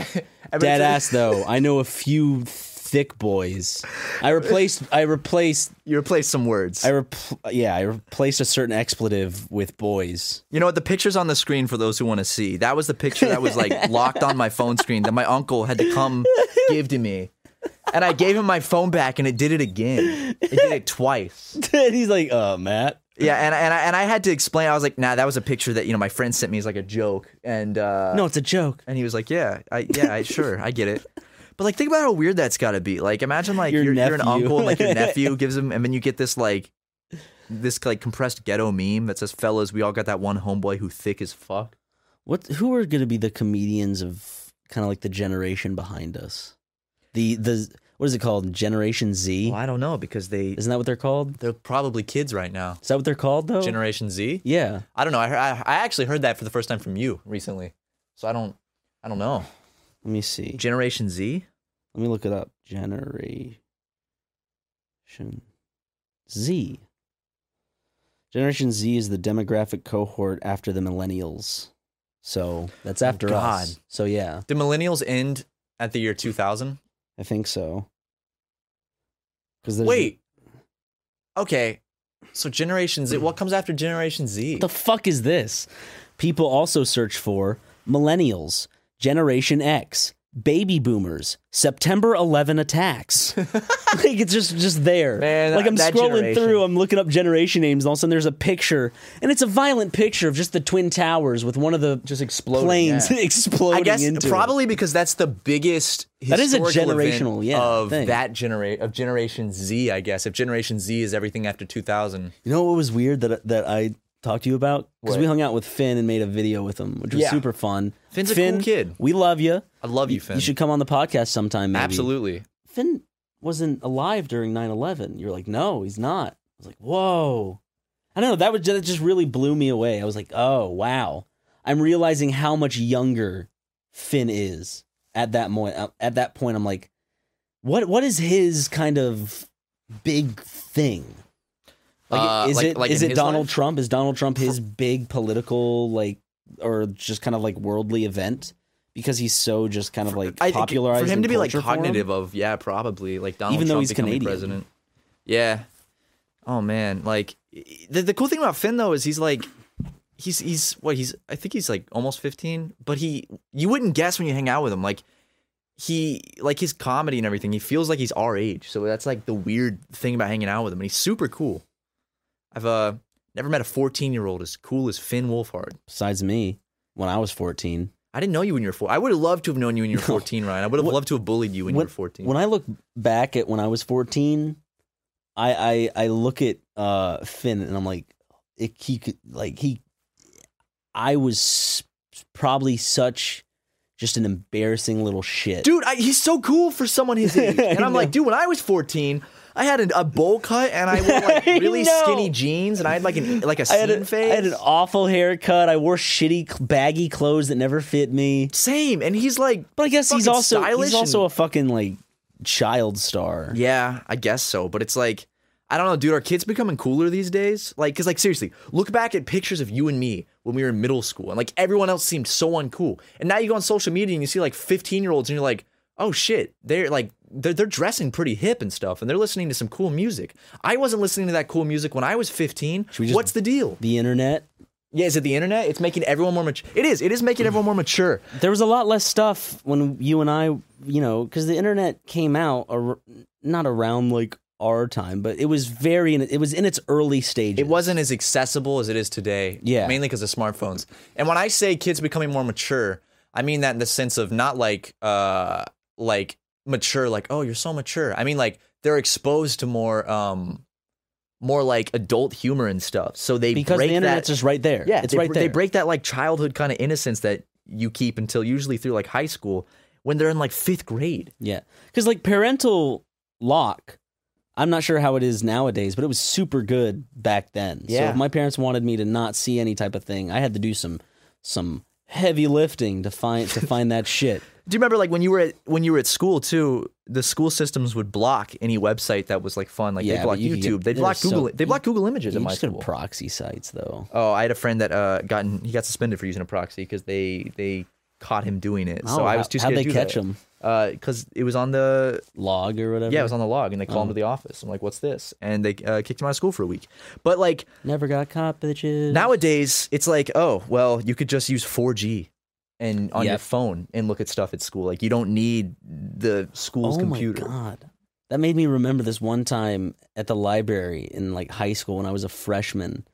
Speaker 5: every
Speaker 4: Dead
Speaker 5: time-
Speaker 4: ass though. I know a few thick boys. I replaced I replaced
Speaker 5: you replace some words
Speaker 4: I repl- yeah, I replaced a certain expletive with boys.
Speaker 5: You know what? The picture's on the screen for those who want to see. That was the picture that was like locked on my phone screen that my uncle had to come give to me. And I gave him my phone back and it did it again. It did it twice.
Speaker 4: and he's like, "Uh, Matt,
Speaker 5: Yeah, and, and, I, and I had to explain. I was like, nah, that was a picture that, you know, my friend sent me as like a joke. And uh,
Speaker 4: no, it's a joke.
Speaker 5: and he was like, yeah, I, yeah, I, sure, I get it. But like, think about how weird that's got to be. Like, imagine like
Speaker 4: Your
Speaker 5: you're, you're an
Speaker 4: nephew.
Speaker 5: uncle and like your nephew gives him, and then you get this like, this like compressed ghetto meme that says, "Fellas, we all got that one homeboy who thick as fuck."
Speaker 4: What who are going to be the comedians of kind of like the generation behind us? The the what is it called? Generation Z?
Speaker 5: Well, I don't know because they
Speaker 4: Isn't that what they're called?
Speaker 5: they're probably kids right now.
Speaker 4: Is that what they're called though?
Speaker 5: Generation Z.
Speaker 4: yeah.
Speaker 5: I don't know. I, heard, I I actually heard that for the first time from you recently, so I don't I don't know.
Speaker 4: Let me see.
Speaker 5: Generation Z.
Speaker 4: Let me look it up. Generation Z. Generation Z is the demographic cohort after the millennials. So that's after
Speaker 5: Oh, God.
Speaker 4: us. So yeah,
Speaker 5: Did millennials end at the year 2000?
Speaker 4: I think so. Because
Speaker 5: Wait. Okay. So Hmm. Generation Z. What comes after Generation Z?
Speaker 4: what the fuck is this? People also search for millennials, Generation X, baby boomers, September 11 attacks. like it's just just there.
Speaker 5: Man,
Speaker 4: like I'm
Speaker 5: that
Speaker 4: scrolling
Speaker 5: generation.
Speaker 4: through, I'm looking up generation names, and all of a sudden there's a picture, and it's a violent picture of just the twin towers with one of the just
Speaker 5: exploding,
Speaker 4: planes
Speaker 5: yeah.
Speaker 4: exploding
Speaker 5: I guess
Speaker 4: into. it.
Speaker 5: probably because that's the biggest
Speaker 4: That is a
Speaker 5: historical event
Speaker 4: generational, yeah,
Speaker 5: of
Speaker 4: thing.
Speaker 5: that generate of generation Z, I guess. If generation Z is everything after 2000.
Speaker 4: You know what was weird that that I talked to you about because
Speaker 5: What?
Speaker 4: we hung out with Finn and made a video with him, which was
Speaker 5: Yeah.
Speaker 4: super fun.
Speaker 5: Finn's a
Speaker 4: Finn,
Speaker 5: cool kid.
Speaker 4: We love you.
Speaker 5: I love you, Finn.
Speaker 4: You should come on the podcast sometime. Maybe.
Speaker 5: Absolutely.
Speaker 4: Finn wasn't alive during 9-11. You're like, no, he's not. I was like, whoa. I don't know. That was that just really blew me away. I was like, oh wow. I'm realizing how much younger Finn is at that point. At that point, I'm like, what what is his kind of big thing? Like,
Speaker 5: Uh,
Speaker 4: is
Speaker 5: like-
Speaker 4: it
Speaker 5: like
Speaker 4: is
Speaker 5: in
Speaker 4: it
Speaker 5: his
Speaker 4: Donald
Speaker 5: life?
Speaker 4: Trump? Is Donald Trump his big political like or just kind of like worldly event? Because he's so just kind of like
Speaker 5: I-
Speaker 4: popularized
Speaker 5: for him
Speaker 4: in
Speaker 5: to be like
Speaker 4: culture for him?
Speaker 5: cognitive of yeah, probably like Donald
Speaker 4: Even though
Speaker 5: Trump
Speaker 4: he's
Speaker 5: becoming
Speaker 4: Canadian.
Speaker 5: president. Yeah. Oh man, like the, the cool thing about Finn though is he's like he's he's what he's I think he's like almost 15, but he you wouldn't guess when you hang out with him like he like his comedy and everything. He feels like he's our age. So that's like the weird thing about hanging out with him and he's super cool. I've uh never met a 14-yeard-old as cool as Finn Wolfhard.
Speaker 4: besides me when I was 14.
Speaker 5: I didn't know you when you were four. I would have loved to have known you when you were 14, Ryan. I would have loved to have bullied you when, you were 14.
Speaker 4: When I look back at when I was 14, I I, I look at uh, Finn and I'm like, it, he could like he, I was s- probably such just an embarrassing little shit.
Speaker 5: dude, I, he's so cool for someone his age.
Speaker 4: I
Speaker 5: And I'm like,
Speaker 4: know.
Speaker 5: dude, when I was 14, I had an, a bowl cut and I wore like
Speaker 4: I
Speaker 5: really
Speaker 4: know.
Speaker 5: skinny jeans and I had like an like a
Speaker 4: I had,
Speaker 5: scene
Speaker 4: a, I
Speaker 5: face.
Speaker 4: had an awful haircut. I wore shitty, cl- baggy clothes that never fit me.
Speaker 5: Same, and he's like,
Speaker 4: But I guess he's
Speaker 5: fucking
Speaker 4: also
Speaker 5: stylish
Speaker 4: he's also a
Speaker 5: and-
Speaker 4: fucking like child star.
Speaker 5: yeah, I guess so. But it's like, I don't know, dude. Are kids becoming cooler these days? Like, cause like seriously, look back at pictures of you and me when we were in middle school, and like everyone else seemed so uncool. And now you go on social media and you see like 15 year olds, and you're like, oh shit, they're like. They're, they're dressing pretty hip and stuff, and they're listening to some cool music. I wasn't listening to that cool music when I was 15.
Speaker 4: we just-
Speaker 5: What's the deal?
Speaker 4: The internet.
Speaker 5: Yeah, is it the internet? It's making everyone more mature. It is. It is making everyone more mature.
Speaker 4: there was a lot less stuff when you and I, you know, because the internet came out ar- not around like our time, but it was very in, it was in its early stages.
Speaker 5: It wasn't as accessible as it is today.
Speaker 4: Yeah.
Speaker 5: Mainly because of smartphones. And when I say kids becoming more mature, I mean that in the sense of not like uh like mature, like, oh, you're so mature. I mean like they're exposed to more um more like adult humor and stuff. So they
Speaker 4: because
Speaker 5: break
Speaker 4: the internet's
Speaker 5: that,
Speaker 4: just right there.
Speaker 5: Yeah,
Speaker 4: it's
Speaker 5: they,
Speaker 4: right
Speaker 5: br-
Speaker 4: there.
Speaker 5: They break that like childhood kind of innocence that you keep until usually through like high school when they're in like fifth grade.
Speaker 4: Yeah, because like parental lock, I'm not sure how it is nowadays, but it was super good back then. So
Speaker 5: Yeah.
Speaker 4: if my parents wanted me to not see any type of thing, I had to do some some heavy lifting to find to find that shit.
Speaker 5: Do you remember like when you were at when you were at school too? The school systems would block any website that was like fun. Like
Speaker 4: Yeah,
Speaker 5: they
Speaker 4: but
Speaker 5: blocked
Speaker 4: you could get-
Speaker 5: YouTube, they
Speaker 4: there
Speaker 5: blocked
Speaker 4: was so-
Speaker 5: Google, they blocked Google Images
Speaker 4: You
Speaker 5: at my
Speaker 4: just go to
Speaker 5: school.
Speaker 4: proxy sites though.
Speaker 5: oh, I had a friend that uh gotten he got suspended for using a proxy because they they caught him doing it. so
Speaker 4: Oh,
Speaker 5: I was
Speaker 4: how-
Speaker 5: too
Speaker 4: how'd
Speaker 5: scared
Speaker 4: they
Speaker 5: to do
Speaker 4: catch
Speaker 5: that.
Speaker 4: him?
Speaker 5: Because it was on the
Speaker 4: Log or whatever.
Speaker 5: yeah, it was on the log, and they
Speaker 4: Oh.
Speaker 5: called him to the office. I'm like, what's this? And they uh, kicked him out of school for a week. But like
Speaker 4: Never got caught, bitches.
Speaker 5: nowadays, it's like oh well, you could just use 4G. And on your
Speaker 4: Yep.
Speaker 5: phone and look at stuff at school. Like you don't need the school's
Speaker 4: oh
Speaker 5: computer.
Speaker 4: my god, that made me remember this one time at the library in like high school when I was a freshman.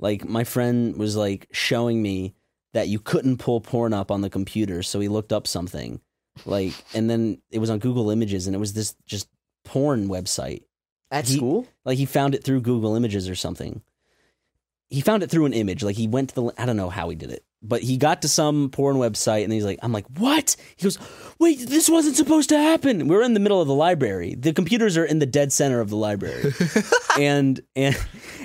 Speaker 4: Like my friend was like showing me that you couldn't pull porn up on the computer, so he looked up something, like, and then it was on Google Images, and it was this just porn website.
Speaker 5: At
Speaker 4: He-
Speaker 5: school?
Speaker 4: Like he found it through Google Images or something. He found it through an image. Like he went to the I don't know how he did it, but he got to some porn website and he's like, I'm like, what? He goes, wait, this wasn't supposed to happen. We're in the middle of the library. The computers are in the dead center of the library, and and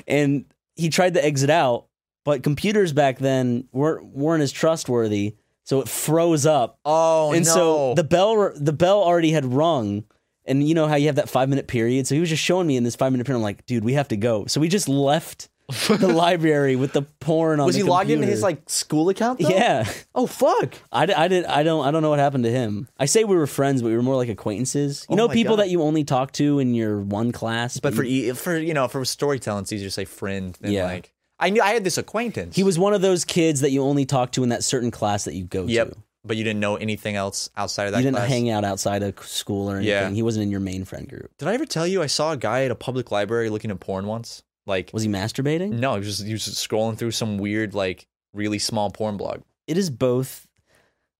Speaker 4: and he tried to exit out, but computers back then weren't weren't as trustworthy, so it froze up.
Speaker 5: Oh
Speaker 4: and
Speaker 5: no!
Speaker 4: so the bell the bell already had rung and you know how you have that five minute period so he was just showing me in this five minute period i'm like dude we have to go so we just left the library with the porn on
Speaker 5: was
Speaker 4: the
Speaker 5: he logged into
Speaker 4: computer.
Speaker 5: his like school account? Though?
Speaker 4: yeah
Speaker 5: Oh fuck!
Speaker 4: I, d- I did I don't I don't know what happened to him. I say we were friends, but we were more like acquaintances. You
Speaker 5: Oh
Speaker 4: know,
Speaker 5: my
Speaker 4: people
Speaker 5: God.
Speaker 4: that you only talk to in your one class.
Speaker 5: But for
Speaker 4: you,
Speaker 5: e- for you know for storytelling, it's easier to say friend than
Speaker 4: Yeah.
Speaker 5: like. I knew I had this acquaintance.
Speaker 4: He was one of those kids that you only talk to in that certain class that you go
Speaker 5: Yep.
Speaker 4: to.
Speaker 5: But you didn't know anything else outside of that
Speaker 4: You didn't
Speaker 5: class.
Speaker 4: hang out outside of school or anything.
Speaker 5: Yeah.
Speaker 4: He wasn't in your main friend group.
Speaker 5: Did I ever tell you I saw a guy at a public library looking at porn once? Like
Speaker 4: Was he masturbating?
Speaker 5: no, he was just he was just scrolling through some weird like really small porn blog.
Speaker 4: it is both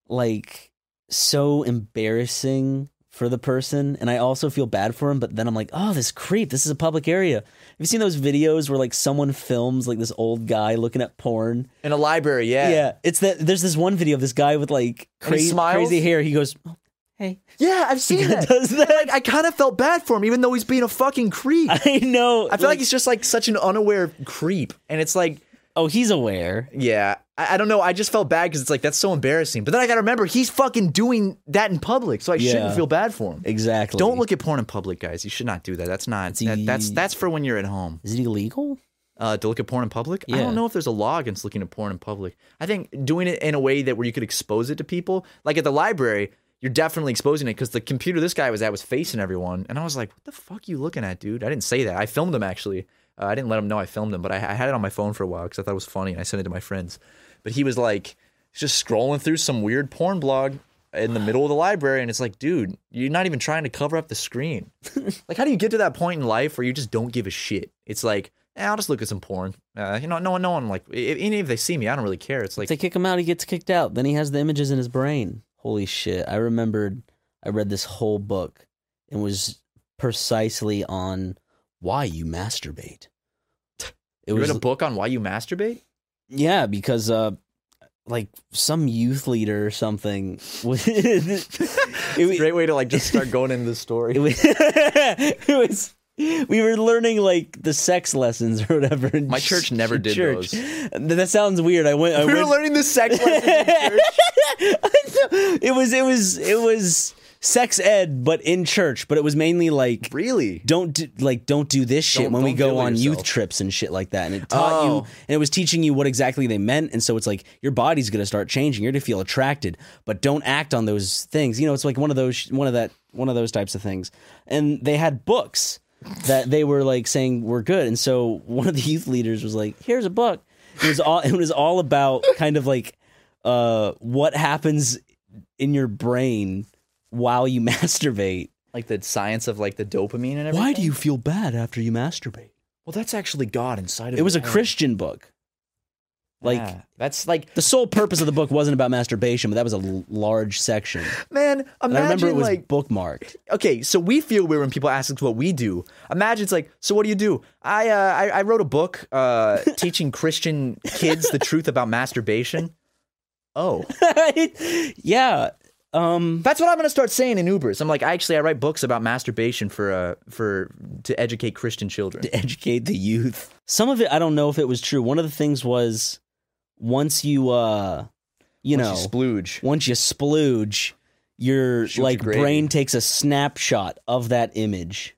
Speaker 4: like so embarrassing for the person and I also feel bad for him but then I'm like oh this creep this is a public area have you seen those videos where like someone films like this old guy looking at porn
Speaker 5: In a library, yeah.
Speaker 4: it's that there's this one video of this guy with like
Speaker 5: And he
Speaker 4: crazy
Speaker 5: smiles?
Speaker 4: crazy hair he goes oh, hey
Speaker 5: Yeah, I've seen that.
Speaker 4: does that.
Speaker 5: Like, I kind of felt bad for him, even though he's being a fucking creep. I
Speaker 4: I know
Speaker 5: feel like, he's just like such an unaware creep. And it's like,
Speaker 4: oh he's aware
Speaker 5: yeah, I, I don't know. I just felt bad because it's like, that's so embarrassing. But then I got to remember, he's fucking doing that in public. So I
Speaker 4: Yeah.
Speaker 5: shouldn't feel bad for him.
Speaker 4: exactly
Speaker 5: Don't look at porn in public, guys. You should not do that. That's not, that, that's,
Speaker 4: e-
Speaker 5: that's for when you're at home.
Speaker 4: is it illegal
Speaker 5: Uh, to look at porn in public? I
Speaker 4: Yeah.
Speaker 5: don't know if there's a law against looking at porn in public. I think doing it in a way that where you could expose it to people, like at the library, you're definitely exposing it because the computer this guy was at was facing everyone, and I was like, "What the fuck you looking at, dude?" I didn't say that. I filmed him actually. Uh, I didn't let him know I filmed him, but I, I had it on my phone for a while because I thought it was funny, and I sent it to my friends. But he was like, just scrolling through some weird porn blog in the middle of the library, and it's like, dude, you're not even trying to cover up the screen. Like, how do you get to that point in life where you just don't give a shit? It's like, eh, I'll just look at some porn. Uh, you know, no one, no one like, if, even if they see me, I don't really care. It's
Speaker 4: If
Speaker 5: like,
Speaker 4: they kick him out, he gets kicked out. Then he has the images in his brain. Holy shit. I remembered I read this whole book and was precisely on why you masturbate. It
Speaker 5: you
Speaker 4: was
Speaker 5: read a book on why you masturbate?
Speaker 4: Yeah, because uh like some youth leader or something was it,
Speaker 5: It's a great way to like just start going into the
Speaker 4: it
Speaker 5: story.
Speaker 4: was, it was we were learning like the sex lessons or whatever. in
Speaker 5: My church never did
Speaker 4: church.
Speaker 5: those.
Speaker 4: That sounds weird. I went. I
Speaker 5: We were
Speaker 4: went,
Speaker 5: learning the sex lessons in church.
Speaker 4: it was it was it was sex ed but in church but it was mainly like
Speaker 5: Really?
Speaker 4: don't do, like don't do this shit
Speaker 5: Don't-
Speaker 4: when we
Speaker 5: don't
Speaker 4: go
Speaker 5: kill
Speaker 4: on youth
Speaker 5: yourself.
Speaker 4: trips and shit like that and it taught you
Speaker 5: Oh.
Speaker 4: and it was teaching you what exactly they meant and so it's like your body's going to start changing you're going to feel attracted but don't act on those things you know it's like one of those one of that one of those types of things and they had books that they were like saying were good and so one of the youth leaders was like here's a book it was all it was all about kind of like uh what happens in your brain while you masturbate
Speaker 5: Like the science of like the dopamine and everything.
Speaker 4: why do you feel bad after you masturbate
Speaker 5: Well, that's actually God inside of
Speaker 4: it was a
Speaker 5: you.
Speaker 4: Christian book. Like
Speaker 5: Yeah. that's like
Speaker 4: the sole purpose of the book wasn't about masturbation, but that was a l- large section.
Speaker 5: man.
Speaker 4: And I remember it
Speaker 5: Imagine
Speaker 4: was
Speaker 5: like
Speaker 4: bookmarked.
Speaker 5: okay, so we feel weird when people ask us what we do. Imagine it's like, so what do you do? I uh, I, I wrote a book uh, teaching Christian kids the truth about masturbation. Oh,
Speaker 4: yeah. Um
Speaker 5: that's what I'm gonna start saying in Ubers. I'm like, I actually I write books about masturbation for uh for to educate Christian children.
Speaker 4: to educate the youth. Some of it I don't know if it was true. One of the things was once you uh you know
Speaker 5: Once splooge.
Speaker 4: once you splooge, your
Speaker 5: Shoot your
Speaker 4: like
Speaker 5: gravy.
Speaker 4: brain takes a snapshot of that image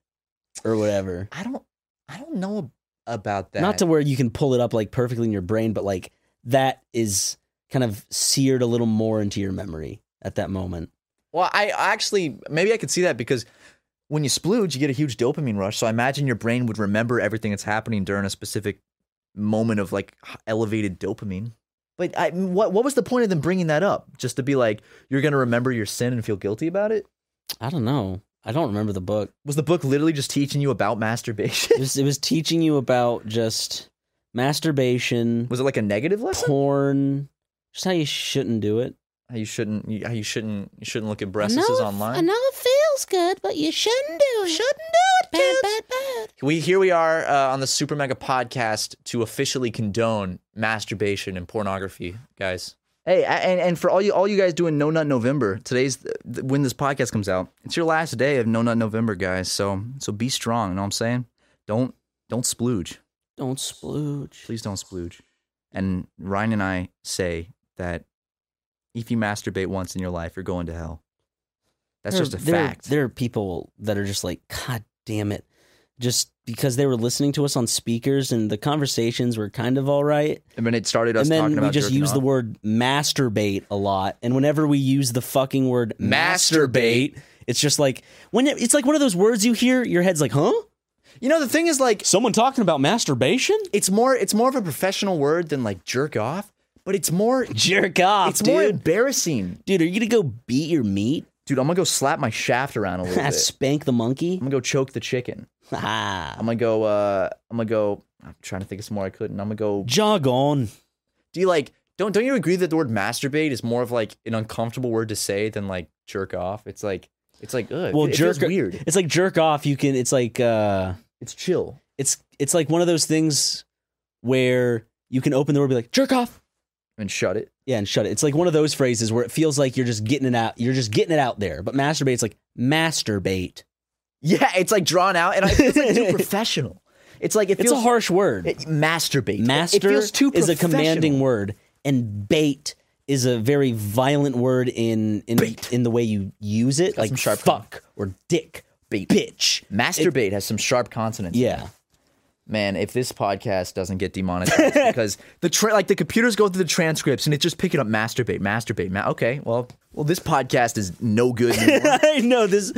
Speaker 4: or whatever.
Speaker 5: I don't I don't know about that.
Speaker 4: Not to where you can pull it up like perfectly in your brain, but like that is kind of seared a little more into your memory at that moment.
Speaker 5: Well, I I actually maybe I could see that because when you splooge, you get a huge dopamine rush. So I imagine your brain would remember everything that's happening during a specific moment of like h- elevated dopamine. But I, what what was the point of them bringing that up? Just to be like, you're gonna remember your sin and feel guilty about it?
Speaker 4: I don't know. I don't remember the book.
Speaker 5: Was the book literally just teaching you about masturbation?
Speaker 4: It was, it was teaching you about just masturbation,
Speaker 5: was it like a negative lesson?
Speaker 4: porn, just how you shouldn't do it.
Speaker 5: How you shouldn't you, how you shouldn't you shouldn't look at breasts online.
Speaker 6: it feels good, but you shouldn't do it. Shouldn't do it, kids. Bad, bad, bad.
Speaker 5: We here we are uh, on the Super Mega Podcast to officially condone masturbation and pornography, guys. Hey, a- and, and for all you all you guys doing No Nut November, today's th- th- when this podcast comes out. It's your last day of No Nut November, guys. So so be strong. You know what I'm saying? Don't don't splooge.
Speaker 4: Don't splooge.
Speaker 5: Please don't splooge. And Ryan and I say that if you masturbate once in your life, you're going to hell. That's
Speaker 4: There-
Speaker 5: just a
Speaker 4: there-
Speaker 5: fact.
Speaker 4: There are people that are just like, God damn it. Just because they were listening to us on speakers and the conversations were kind of all right.
Speaker 5: and when it started us
Speaker 4: and then
Speaker 5: talking
Speaker 4: we
Speaker 5: about
Speaker 4: just
Speaker 5: jerking
Speaker 4: use the
Speaker 5: off.
Speaker 4: word masturbate a lot and whenever we use the fucking word masturbate,
Speaker 5: Masturbate.
Speaker 4: it's just like when it, it's like one of those words you hear your head's like huh
Speaker 5: You know, the thing is like
Speaker 7: Someone talking about masturbation?
Speaker 5: it's more it's more of a professional word than like jerk off, but it's more
Speaker 4: Jerk off,
Speaker 5: it's
Speaker 4: dude.
Speaker 5: more embarrassing.
Speaker 4: dude, are you gonna go beat your meat?
Speaker 5: Dude, I'm gonna go slap my shaft around a little bit.
Speaker 4: Spank the monkey?
Speaker 5: I'm gonna go choke the chicken.
Speaker 4: Ah.
Speaker 5: I'm gonna go uh I'm gonna go I'm trying to think of some more I couldn't. I'm gonna go
Speaker 4: Jog on.
Speaker 5: do you like don't don't you agree that the word masturbate is more of like an uncomfortable word to say than like jerk off? It's like it's like ugh,
Speaker 4: Well,
Speaker 5: it
Speaker 4: jerk
Speaker 5: feels weird.
Speaker 4: It's like jerk off. You can. It's like uh,
Speaker 5: It's chill.
Speaker 4: it's it's like one of those things where you can open the door and be like jerk off.
Speaker 5: And shut it.
Speaker 4: Yeah, and shut it. It's like one of those phrases where it feels like you're just getting it out. You're just getting it out there. But masturbate's like masturbate.
Speaker 5: Yeah, it's like drawn out and I it's like too professional. It's like it
Speaker 4: It's
Speaker 5: feels
Speaker 4: a harsh word.
Speaker 5: it- masturbate. It-
Speaker 4: Master
Speaker 5: it feels too
Speaker 4: is a commanding
Speaker 5: professional.
Speaker 4: word, and bait is a very violent word in in
Speaker 5: Bait.
Speaker 4: in the way you use it, like
Speaker 5: some sharp
Speaker 4: fuck or dick,
Speaker 5: Bait.
Speaker 4: bitch.
Speaker 5: Masturbate has some sharp consonants.
Speaker 4: Yeah,
Speaker 5: Man, if this podcast doesn't get demonetized because the tra- like the computers go through the transcripts and it just picking up masturbate, masturbate. Ma- okay, well, well, this podcast is no good anymore.
Speaker 4: I know this.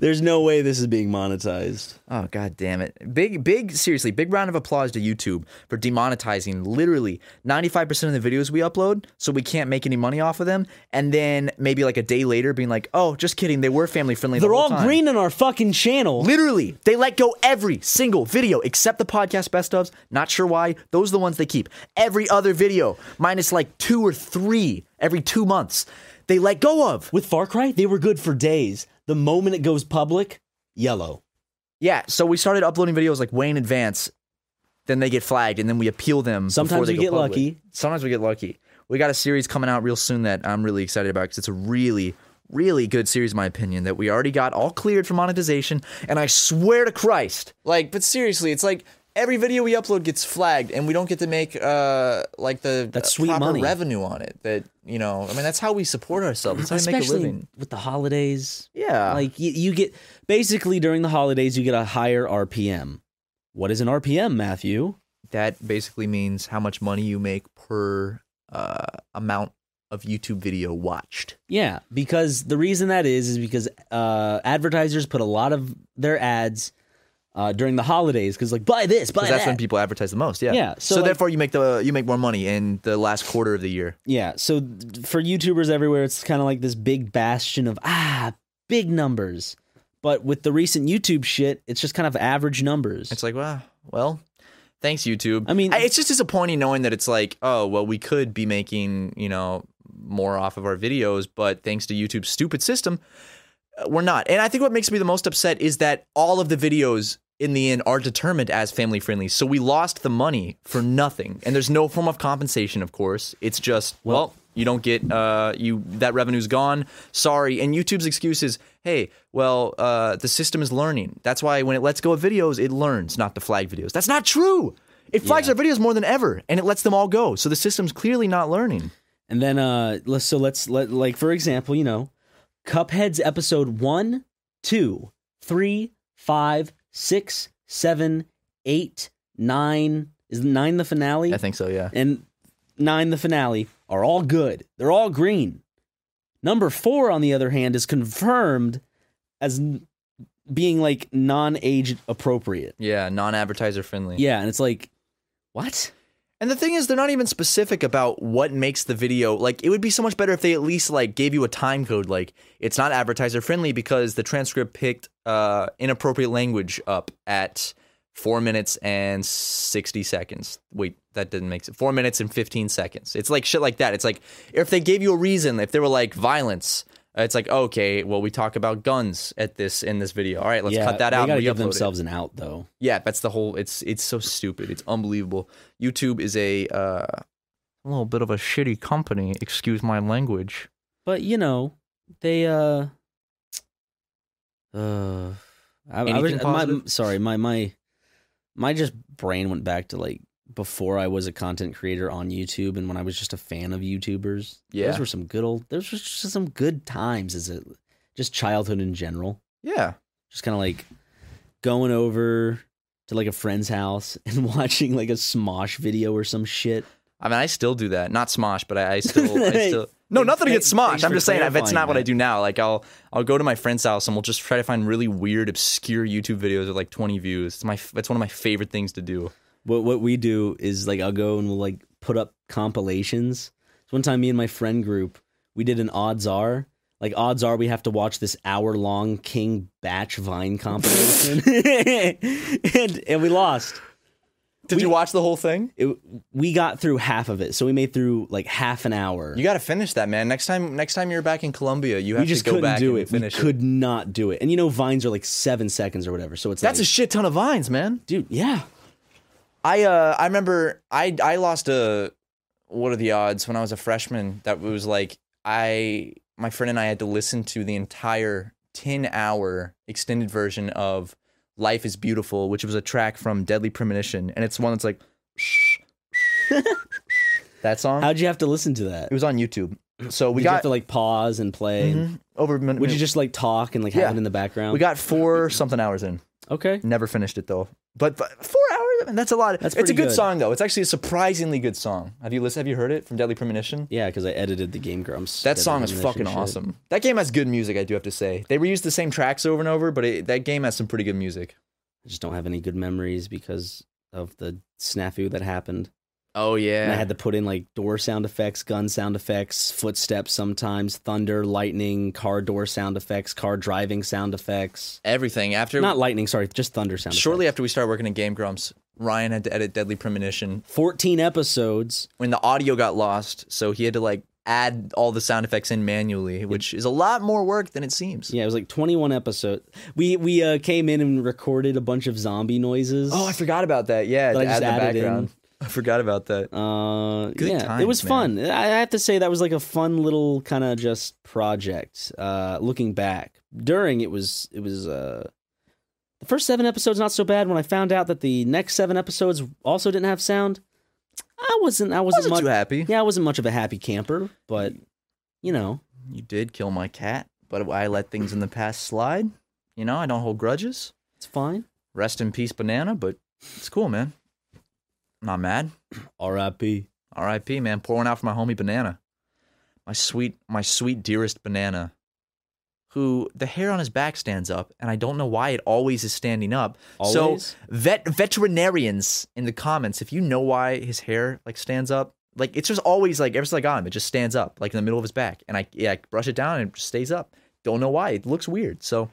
Speaker 4: There's no way this is being monetized.
Speaker 5: oh god damn it! Big, big, seriously, big round of applause to YouTube for demonetizing literally ninety five percent of the videos we upload, so we can't make any money off of them. And then maybe like a day later, being like, oh, just kidding, they were family friendly. the
Speaker 4: They're
Speaker 5: whole
Speaker 4: all
Speaker 5: time.
Speaker 4: green on our fucking channel.
Speaker 5: Literally, they let go every single video except the podcast best ofs. Not sure why. Those are the ones they keep. Every other video, minus like two or three every two months, they let go of.
Speaker 4: With Far Cry, they were good for days. The moment it goes public, yellow.
Speaker 5: Yeah, so we started uploading videos like way in advance. Then they get flagged, and then we appeal them. before
Speaker 4: Sometimes
Speaker 5: they
Speaker 4: we
Speaker 5: go
Speaker 4: get
Speaker 5: public.
Speaker 4: lucky.
Speaker 5: Sometimes we get lucky. We got a series coming out real soon that I'm really excited about because it's a really, really good series, in my opinion. That we already got all cleared for monetization, and I swear to Christ, like, but seriously, it's like every video we upload gets flagged, and we don't get to make uh like the
Speaker 4: That's
Speaker 5: uh,
Speaker 4: sweet
Speaker 5: proper
Speaker 4: money.
Speaker 5: revenue on it. That you know, I mean, that's how we support ourselves. That's how we make a
Speaker 4: Especially
Speaker 5: living.
Speaker 4: with the holidays.
Speaker 5: Yeah,
Speaker 4: Like you, you get basically during the holidays, you get a higher RPM. What is an RPM, Matthew?
Speaker 5: that basically means how much money you make per uh, amount of YouTube video watched.
Speaker 4: Yeah, because the reason that is is because uh, advertisers put a lot of their ads uh, during the holidays because like buy this, buy
Speaker 5: Because that's
Speaker 4: that.
Speaker 5: when people advertise the most. Yeah.
Speaker 4: Yeah,
Speaker 5: So,
Speaker 4: so, like-
Speaker 5: therefore, you make the you make more money in the last quarter of the year.
Speaker 4: yeah, so th- for YouTubers everywhere, it's kind of like this big bastion of ah big numbers. But with the recent YouTube shit, it's just kind of average numbers.
Speaker 5: It's like, wow, well, thanks YouTube.
Speaker 4: I mean-
Speaker 5: it's just disappointing knowing that it's like, oh, well, we could be making you know more off of our videos, but thanks to YouTube's stupid system, uh, we're not. And I think what makes me the most upset is that all of the videos in the end are determined as family friendly. So we lost the money for nothing, and there's no form of compensation. Of course, it's just well. you don't get uh, you that revenue's gone. Sorry. And YouTube's excuse is, hey, well, uh, the system is learning. That's why when it lets go of videos, it learns not to flag videos. That's not true. It flags our videos more than ever, and it lets them all go. So the system's clearly not learning.
Speaker 4: And then uh let's so let's let like for example, you know, Cuphead's episode one, two, three, five, six, seven, eight, nine. Is nine the finale?
Speaker 5: I think so. Yeah.
Speaker 4: and nine the finale are all good. They're all green. Number four, on the other hand, is confirmed as n- being like non-age appropriate.
Speaker 5: Yeah. Non-advertiser friendly.
Speaker 4: Yeah, and it's like, what?
Speaker 5: And the thing is, they're not even specific about what makes the video. Like, it would be so much better if they at least like gave you a time code. Like, it's not advertiser friendly because the transcript picked uh, inappropriate language up at four minutes and sixty seconds. Wait, that didn't make sense. Four minutes and fifteen seconds. It's like shit like that. It's like if they gave you a reason, if they were like violence. uh, It's like okay, well, we talk about guns at this in this video. All right, let's
Speaker 4: yeah,
Speaker 5: cut that
Speaker 4: they
Speaker 5: out.
Speaker 4: Gotta
Speaker 5: and
Speaker 4: give
Speaker 5: re-upload it.
Speaker 4: themselves an out though.
Speaker 5: Yeah, that's the whole. It's it's so stupid. It's unbelievable. YouTube is a uh, a little bit of a shitty company. Excuse my language.
Speaker 4: But you know, they uh, uh, I, I was
Speaker 5: Anything
Speaker 4: my,
Speaker 5: positive?
Speaker 4: sorry, my my my just brain went back to like before I was a content creator on YouTube and when I was just a fan of YouTubers.
Speaker 5: Yeah.
Speaker 4: those were some good old. Those were just some good times as a just childhood in general.
Speaker 5: Yeah,
Speaker 4: Just kind of like going over to like a friend's house and watching like a Smosh video or some shit.
Speaker 5: I mean, I still do that. Not Smosh, but I, I still, I still No, nothing
Speaker 4: Thank-
Speaker 5: against Smosh.
Speaker 4: thanks
Speaker 5: I'm
Speaker 4: for
Speaker 5: just saying if it's
Speaker 4: clarifying
Speaker 5: not what I
Speaker 4: that.
Speaker 5: do now. Like I'll I'll go to my friend's house and we'll just try to find really weird, obscure YouTube videos with like 20 views. It's my f- it's one of my favorite things to do.
Speaker 4: What what we do is like I'll go and we'll like put up compilations. So one time, me and my friend group, we did an odds are like odds are we have to watch this hour long King Batch Vine compilation, and and we lost.
Speaker 5: Did you watch the whole thing?
Speaker 4: It, we got through half of it, so we made through like half an hour.
Speaker 5: You got to finish that, man. Next time next time you're back in Colombia, you have
Speaker 4: we just
Speaker 5: to go
Speaker 4: couldn't
Speaker 5: back
Speaker 4: do
Speaker 5: and
Speaker 4: it. We
Speaker 5: finish it.
Speaker 4: could not do it. And you know, vines are like seven seconds or whatever. So it's
Speaker 5: That's a
Speaker 4: like,
Speaker 5: shit ton of vines, man.
Speaker 4: dude. Yeah,
Speaker 5: I uh I remember I I lost a what are the odds when I was a freshman that was like I my friend and I had to listen to the entire 10 hour extended version of Life is Beautiful, which was a track from Deadly Premonition, and it's one that's like that song.
Speaker 4: how'd you have to listen to that?
Speaker 5: it was on YouTube. So we
Speaker 4: Did you have
Speaker 5: got
Speaker 4: to like pause and play. and-
Speaker 5: over
Speaker 4: Would you just like talk and like have
Speaker 5: Yeah.
Speaker 4: it in the background?
Speaker 5: we got four something hours in.
Speaker 4: okay.
Speaker 5: Never finished it though. But, but four hours, I mean, that's a lot.
Speaker 4: That's
Speaker 5: it's a
Speaker 4: pretty
Speaker 5: good,
Speaker 4: good.
Speaker 5: song though. It's actually a surprisingly good song. Have you listened? Have you heard it from Deadly Premonition?
Speaker 4: Yeah, because I edited the Game Grumps.
Speaker 5: That song is
Speaker 4: edited
Speaker 5: fucking
Speaker 4: shit.
Speaker 5: awesome. That game has good music. I do have to say they reuse the same tracks over and over, but it, that game has some pretty good music.
Speaker 4: I just don't have any good memories because of the snafu that happened.
Speaker 5: Oh yeah,
Speaker 4: And I had to put in like door sound effects, gun sound effects, footsteps sometimes, thunder, lightning, car door sound effects, car driving sound effects.
Speaker 5: everything after.
Speaker 4: Not lightning, sorry, just thunder sound
Speaker 5: shortly
Speaker 4: effects.
Speaker 5: after we started working at Game Grumps, Ryan had to edit Deadly Premonition
Speaker 4: 14 episodes.
Speaker 5: when the audio got lost, so he had to like add all the sound effects in manually, which is a lot more work than it seems.
Speaker 4: Yeah, it was like 21 episodes. We we uh, came in and recorded a bunch of zombie noises.
Speaker 5: Oh, I forgot about that. Yeah,
Speaker 4: That I
Speaker 5: to
Speaker 4: just
Speaker 5: add the
Speaker 4: added in.
Speaker 5: background. I forgot about that.
Speaker 4: Uh,
Speaker 5: Good
Speaker 4: yeah,
Speaker 5: times,
Speaker 4: it was fun. I I have to say that was like a fun little kind of just project. Uh, looking back, during it was it was uh, the first seven episodes not so bad. When I found out that the next seven episodes also didn't have sound, I wasn't I wasn't,
Speaker 5: Wasn't
Speaker 4: much
Speaker 5: too happy.
Speaker 4: yeah I wasn't much of a happy camper, but you know
Speaker 5: You did kill my cat, but I let things in the past slide. You know, I don't hold grudges.
Speaker 4: it's fine.
Speaker 5: Rest in peace, banana, but it's cool, man. Not mad.
Speaker 4: R.I.P.
Speaker 5: R.I.P. man. Pour one out for my homie banana. My sweet, my sweet dearest banana. Who the hair on his back stands up, and I don't know why it always is standing up.
Speaker 4: Always?
Speaker 5: So vet veterinarians in the comments, if you know why his hair like stands up, like it's just always like ever since I got him, it just stands up, like in the middle of his back. And I yeah, I brush it down and it just stays up. Don't know why. It looks weird. So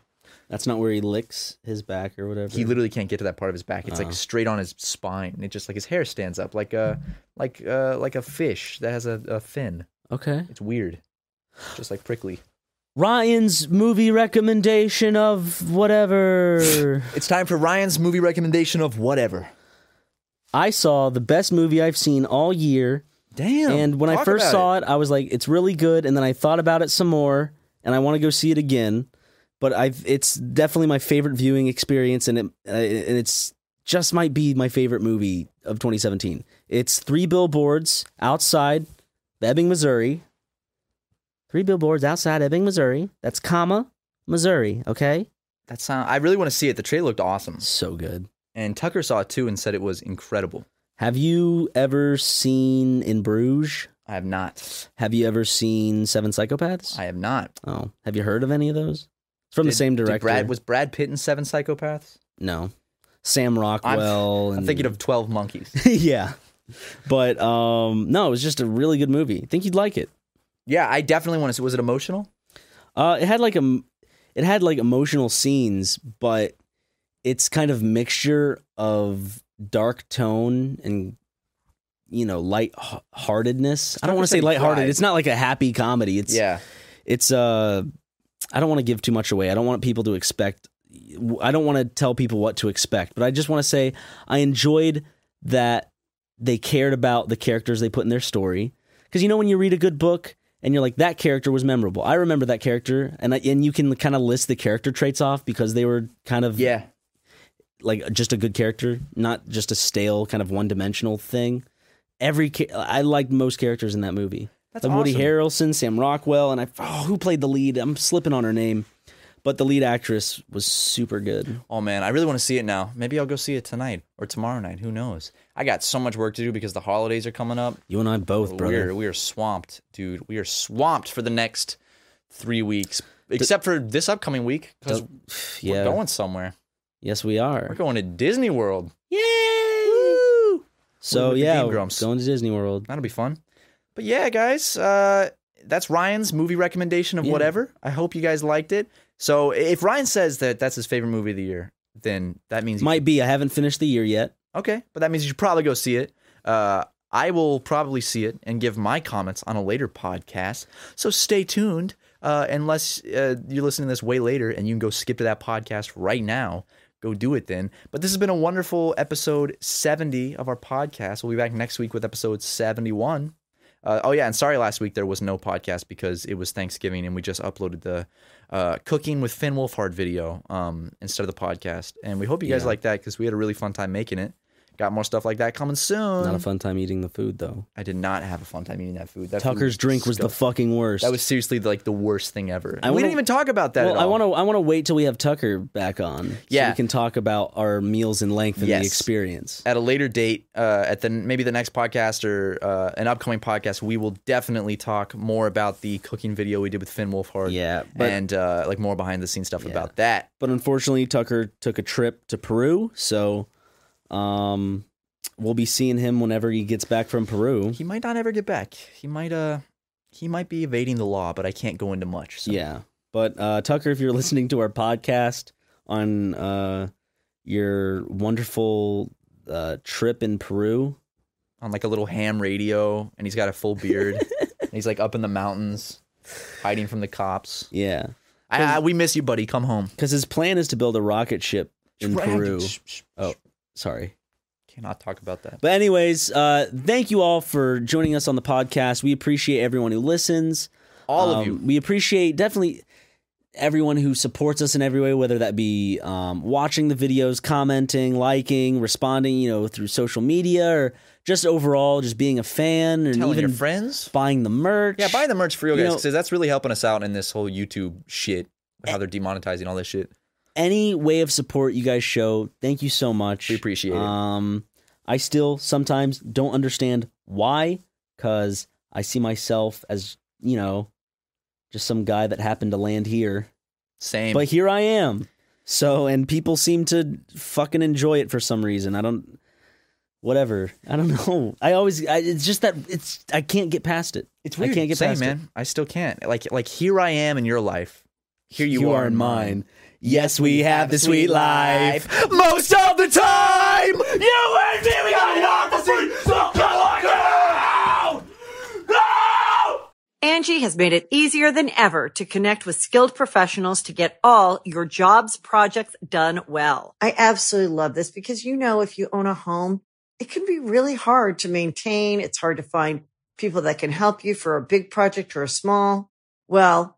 Speaker 4: That's not where he licks his back or whatever.
Speaker 5: he literally can't get to that part of his back. It's like straight on his spine. and It just like his hair stands up like a like uh like a fish that has a, a fin.
Speaker 4: okay.
Speaker 5: It's weird. Just like prickly.
Speaker 4: Ryan's movie recommendation of whatever.
Speaker 5: It's time for Ryan's movie recommendation of whatever.
Speaker 4: I saw the best movie I've seen all year.
Speaker 5: Damn.
Speaker 4: and when I
Speaker 5: talk
Speaker 4: first
Speaker 5: about
Speaker 4: saw it. I was like, it's really good. And then I thought about it some more, and I want to go see it again. But I've it's definitely my favorite viewing experience, and it uh, and it's just might be my favorite movie of 2017. It's Three Billboards Outside Ebbing, Missouri. Three Billboards Outside Ebbing, Missouri. That's comma Missouri. Okay,
Speaker 5: that sound I really want to see it. The trailer looked awesome.
Speaker 4: so good.
Speaker 5: And Tucker saw it too and said it was incredible.
Speaker 4: Have you ever seen In Bruges?
Speaker 5: I have not.
Speaker 4: Have you ever seen Seven Psychopaths?
Speaker 5: I have not.
Speaker 4: Oh, have you heard of any of those? It's from the
Speaker 5: Did-
Speaker 4: same
Speaker 5: did
Speaker 4: director.
Speaker 5: Brad was Brad Pitt in Seven Psychopaths?
Speaker 4: no, Sam
Speaker 5: I'm,
Speaker 4: Rockwell.
Speaker 5: I'm
Speaker 4: and-
Speaker 5: thinking of Twelve Monkeys.
Speaker 4: yeah, but um, no, it was just a really good movie. I think you'd like it.
Speaker 5: yeah, I definitely want to see. Was it emotional?
Speaker 4: Uh, it had like a, it had like emotional scenes, but it's kind of mixture of dark tone and you know light heartedness. I
Speaker 5: not
Speaker 4: don't want
Speaker 5: just
Speaker 4: to say
Speaker 5: like
Speaker 4: lighthearted.
Speaker 5: pride.
Speaker 4: It's not like a happy comedy. It's
Speaker 5: yeah.
Speaker 4: it's uh i don't want to give too much away i don't want people to expect i don't want to tell people what to expect but i just want to say i enjoyed that they cared about the characters they put in their story because you know when you read a good book and you're like that character was memorable i remember that character and I, and you can kind of list the character traits off because they were kind of
Speaker 5: Yeah.
Speaker 4: like just a good character not just a stale kind of one-dimensional thing every cha- i liked most characters in that movie
Speaker 5: That's
Speaker 4: like Woody
Speaker 5: awesome.
Speaker 4: Harrelson, Sam Rockwell, and I oh, who played the lead? I'm slipping on her name, But the lead actress was super good.
Speaker 5: Oh man, I really want to see it now. Maybe I'll go see it tonight or tomorrow night. Who knows? I got so much work to do because the holidays are coming up.
Speaker 4: You and I both, brother.
Speaker 5: We're we are swamped, dude. We are swamped for the next three weeks, except for this upcoming week because
Speaker 4: yeah.
Speaker 5: we're going somewhere.
Speaker 4: Yes, we are.
Speaker 5: We're going to Disney World.
Speaker 4: so
Speaker 5: with the
Speaker 4: yeah,
Speaker 5: Bean
Speaker 4: we're
Speaker 5: Grumps.
Speaker 4: going to Disney World.
Speaker 5: That'll be fun. But yeah, guys, uh, that's Ryan's movie recommendation of
Speaker 4: Yeah.
Speaker 5: whatever. I hope you guys liked it. So if Ryan says that that's his favorite movie of the year, then that means you
Speaker 4: Might be. I haven't finished the year yet.
Speaker 5: Okay, but that means you should probably go see it. Uh, I will probably see it and give my comments on a later podcast. So stay tuned. Uh, unless uh, you're listening to this way later and you can go skip to that podcast right now, go do it then. But this has been a wonderful episode 70 of our podcast. We'll be back next week with episode 71. Uh, oh yeah, and sorry last week there was no podcast because it was Thanksgiving and we just uploaded the uh, cooking with Finn Wolfhard video um, instead of the podcast. And we hope you guys
Speaker 4: Yeah.
Speaker 5: like that because we had a really fun time making it. Got more stuff like that coming soon.
Speaker 4: Not a fun time eating the food though.
Speaker 5: I did not have a fun time eating that food. That food
Speaker 4: Tucker's drink was the
Speaker 5: disgusting.
Speaker 4: fucking worst.
Speaker 5: That was seriously like the worst thing ever.
Speaker 4: I
Speaker 5: we
Speaker 4: wanna-
Speaker 5: didn't even talk about that.
Speaker 4: Well,
Speaker 5: at
Speaker 4: I
Speaker 5: all.
Speaker 4: want to. I want to wait till we have Tucker back on. so
Speaker 5: Yeah.
Speaker 4: we can talk about our meals in length and
Speaker 5: Yes.
Speaker 4: the experience.
Speaker 5: at a later date, uh, at the maybe the next podcast or uh, an upcoming podcast, we will definitely talk more about the cooking video we did with Finn Wolfhard.
Speaker 4: Yeah, but-
Speaker 5: and uh, like more behind the scenes stuff
Speaker 4: Yeah.
Speaker 5: about that.
Speaker 4: But unfortunately, Tucker took a trip to Peru, so um, we'll be seeing him whenever he gets back from Peru.
Speaker 5: He might not ever get back. He might uh, he might be evading the law, but I can't go into much. So.
Speaker 4: Yeah. But uh, Tucker, if you're listening to our podcast on uh, your wonderful uh, trip in Peru,
Speaker 5: on like a little ham radio, and he's got a full beard. and he's like up in the mountains, hiding from the cops.
Speaker 4: yeah,
Speaker 5: I, I- we miss you, buddy. Come home.
Speaker 4: because his plan is to build a rocket ship in Peru.
Speaker 5: Shh, shh, shh.
Speaker 4: Oh, sorry.
Speaker 5: Cannot talk about that.
Speaker 4: But anyways, uh, thank you all for joining us on the podcast. We appreciate everyone who listens.
Speaker 5: All of
Speaker 4: Um,
Speaker 5: you.
Speaker 4: We appreciate definitely everyone who supports us in every way, whether that be um, watching the videos, commenting, liking, responding, you know, through social media or just overall just being a fan and
Speaker 5: Telling
Speaker 4: even
Speaker 5: your friends.
Speaker 4: buying the merch.
Speaker 5: Yeah, buy the merch for real,
Speaker 4: You
Speaker 5: guys,
Speaker 4: know-
Speaker 5: because that's really helping us out in this whole YouTube shit. How they're demonetizing all this shit.
Speaker 4: Any way of support you guys show, thank you so much.
Speaker 5: We appreciate it.
Speaker 4: Um, I still sometimes don't understand why, because I see myself as, you know, just some guy that happened to land here.
Speaker 5: Same.
Speaker 4: But here I am. So, and people seem to fucking enjoy it for some reason. I don't, whatever. I don't know. I always, I, it's just that it's, I can't get past it.
Speaker 5: it's weird.
Speaker 4: I can't get
Speaker 5: Same,
Speaker 4: past
Speaker 5: man.
Speaker 4: it.
Speaker 5: I still can't. Like, like here I am in your life. Here you, are, in mine.
Speaker 4: Yes, we have the sweet life.
Speaker 5: Most of the time, you and me, we got it off the street. So come on,
Speaker 1: Angie has made it easier than ever to connect with skilled professionals to get all your jobs projects done well. I absolutely love this because, you know, if you own a home, it can be really hard to maintain. It's hard to find people that can help you for a big project or a small. Well,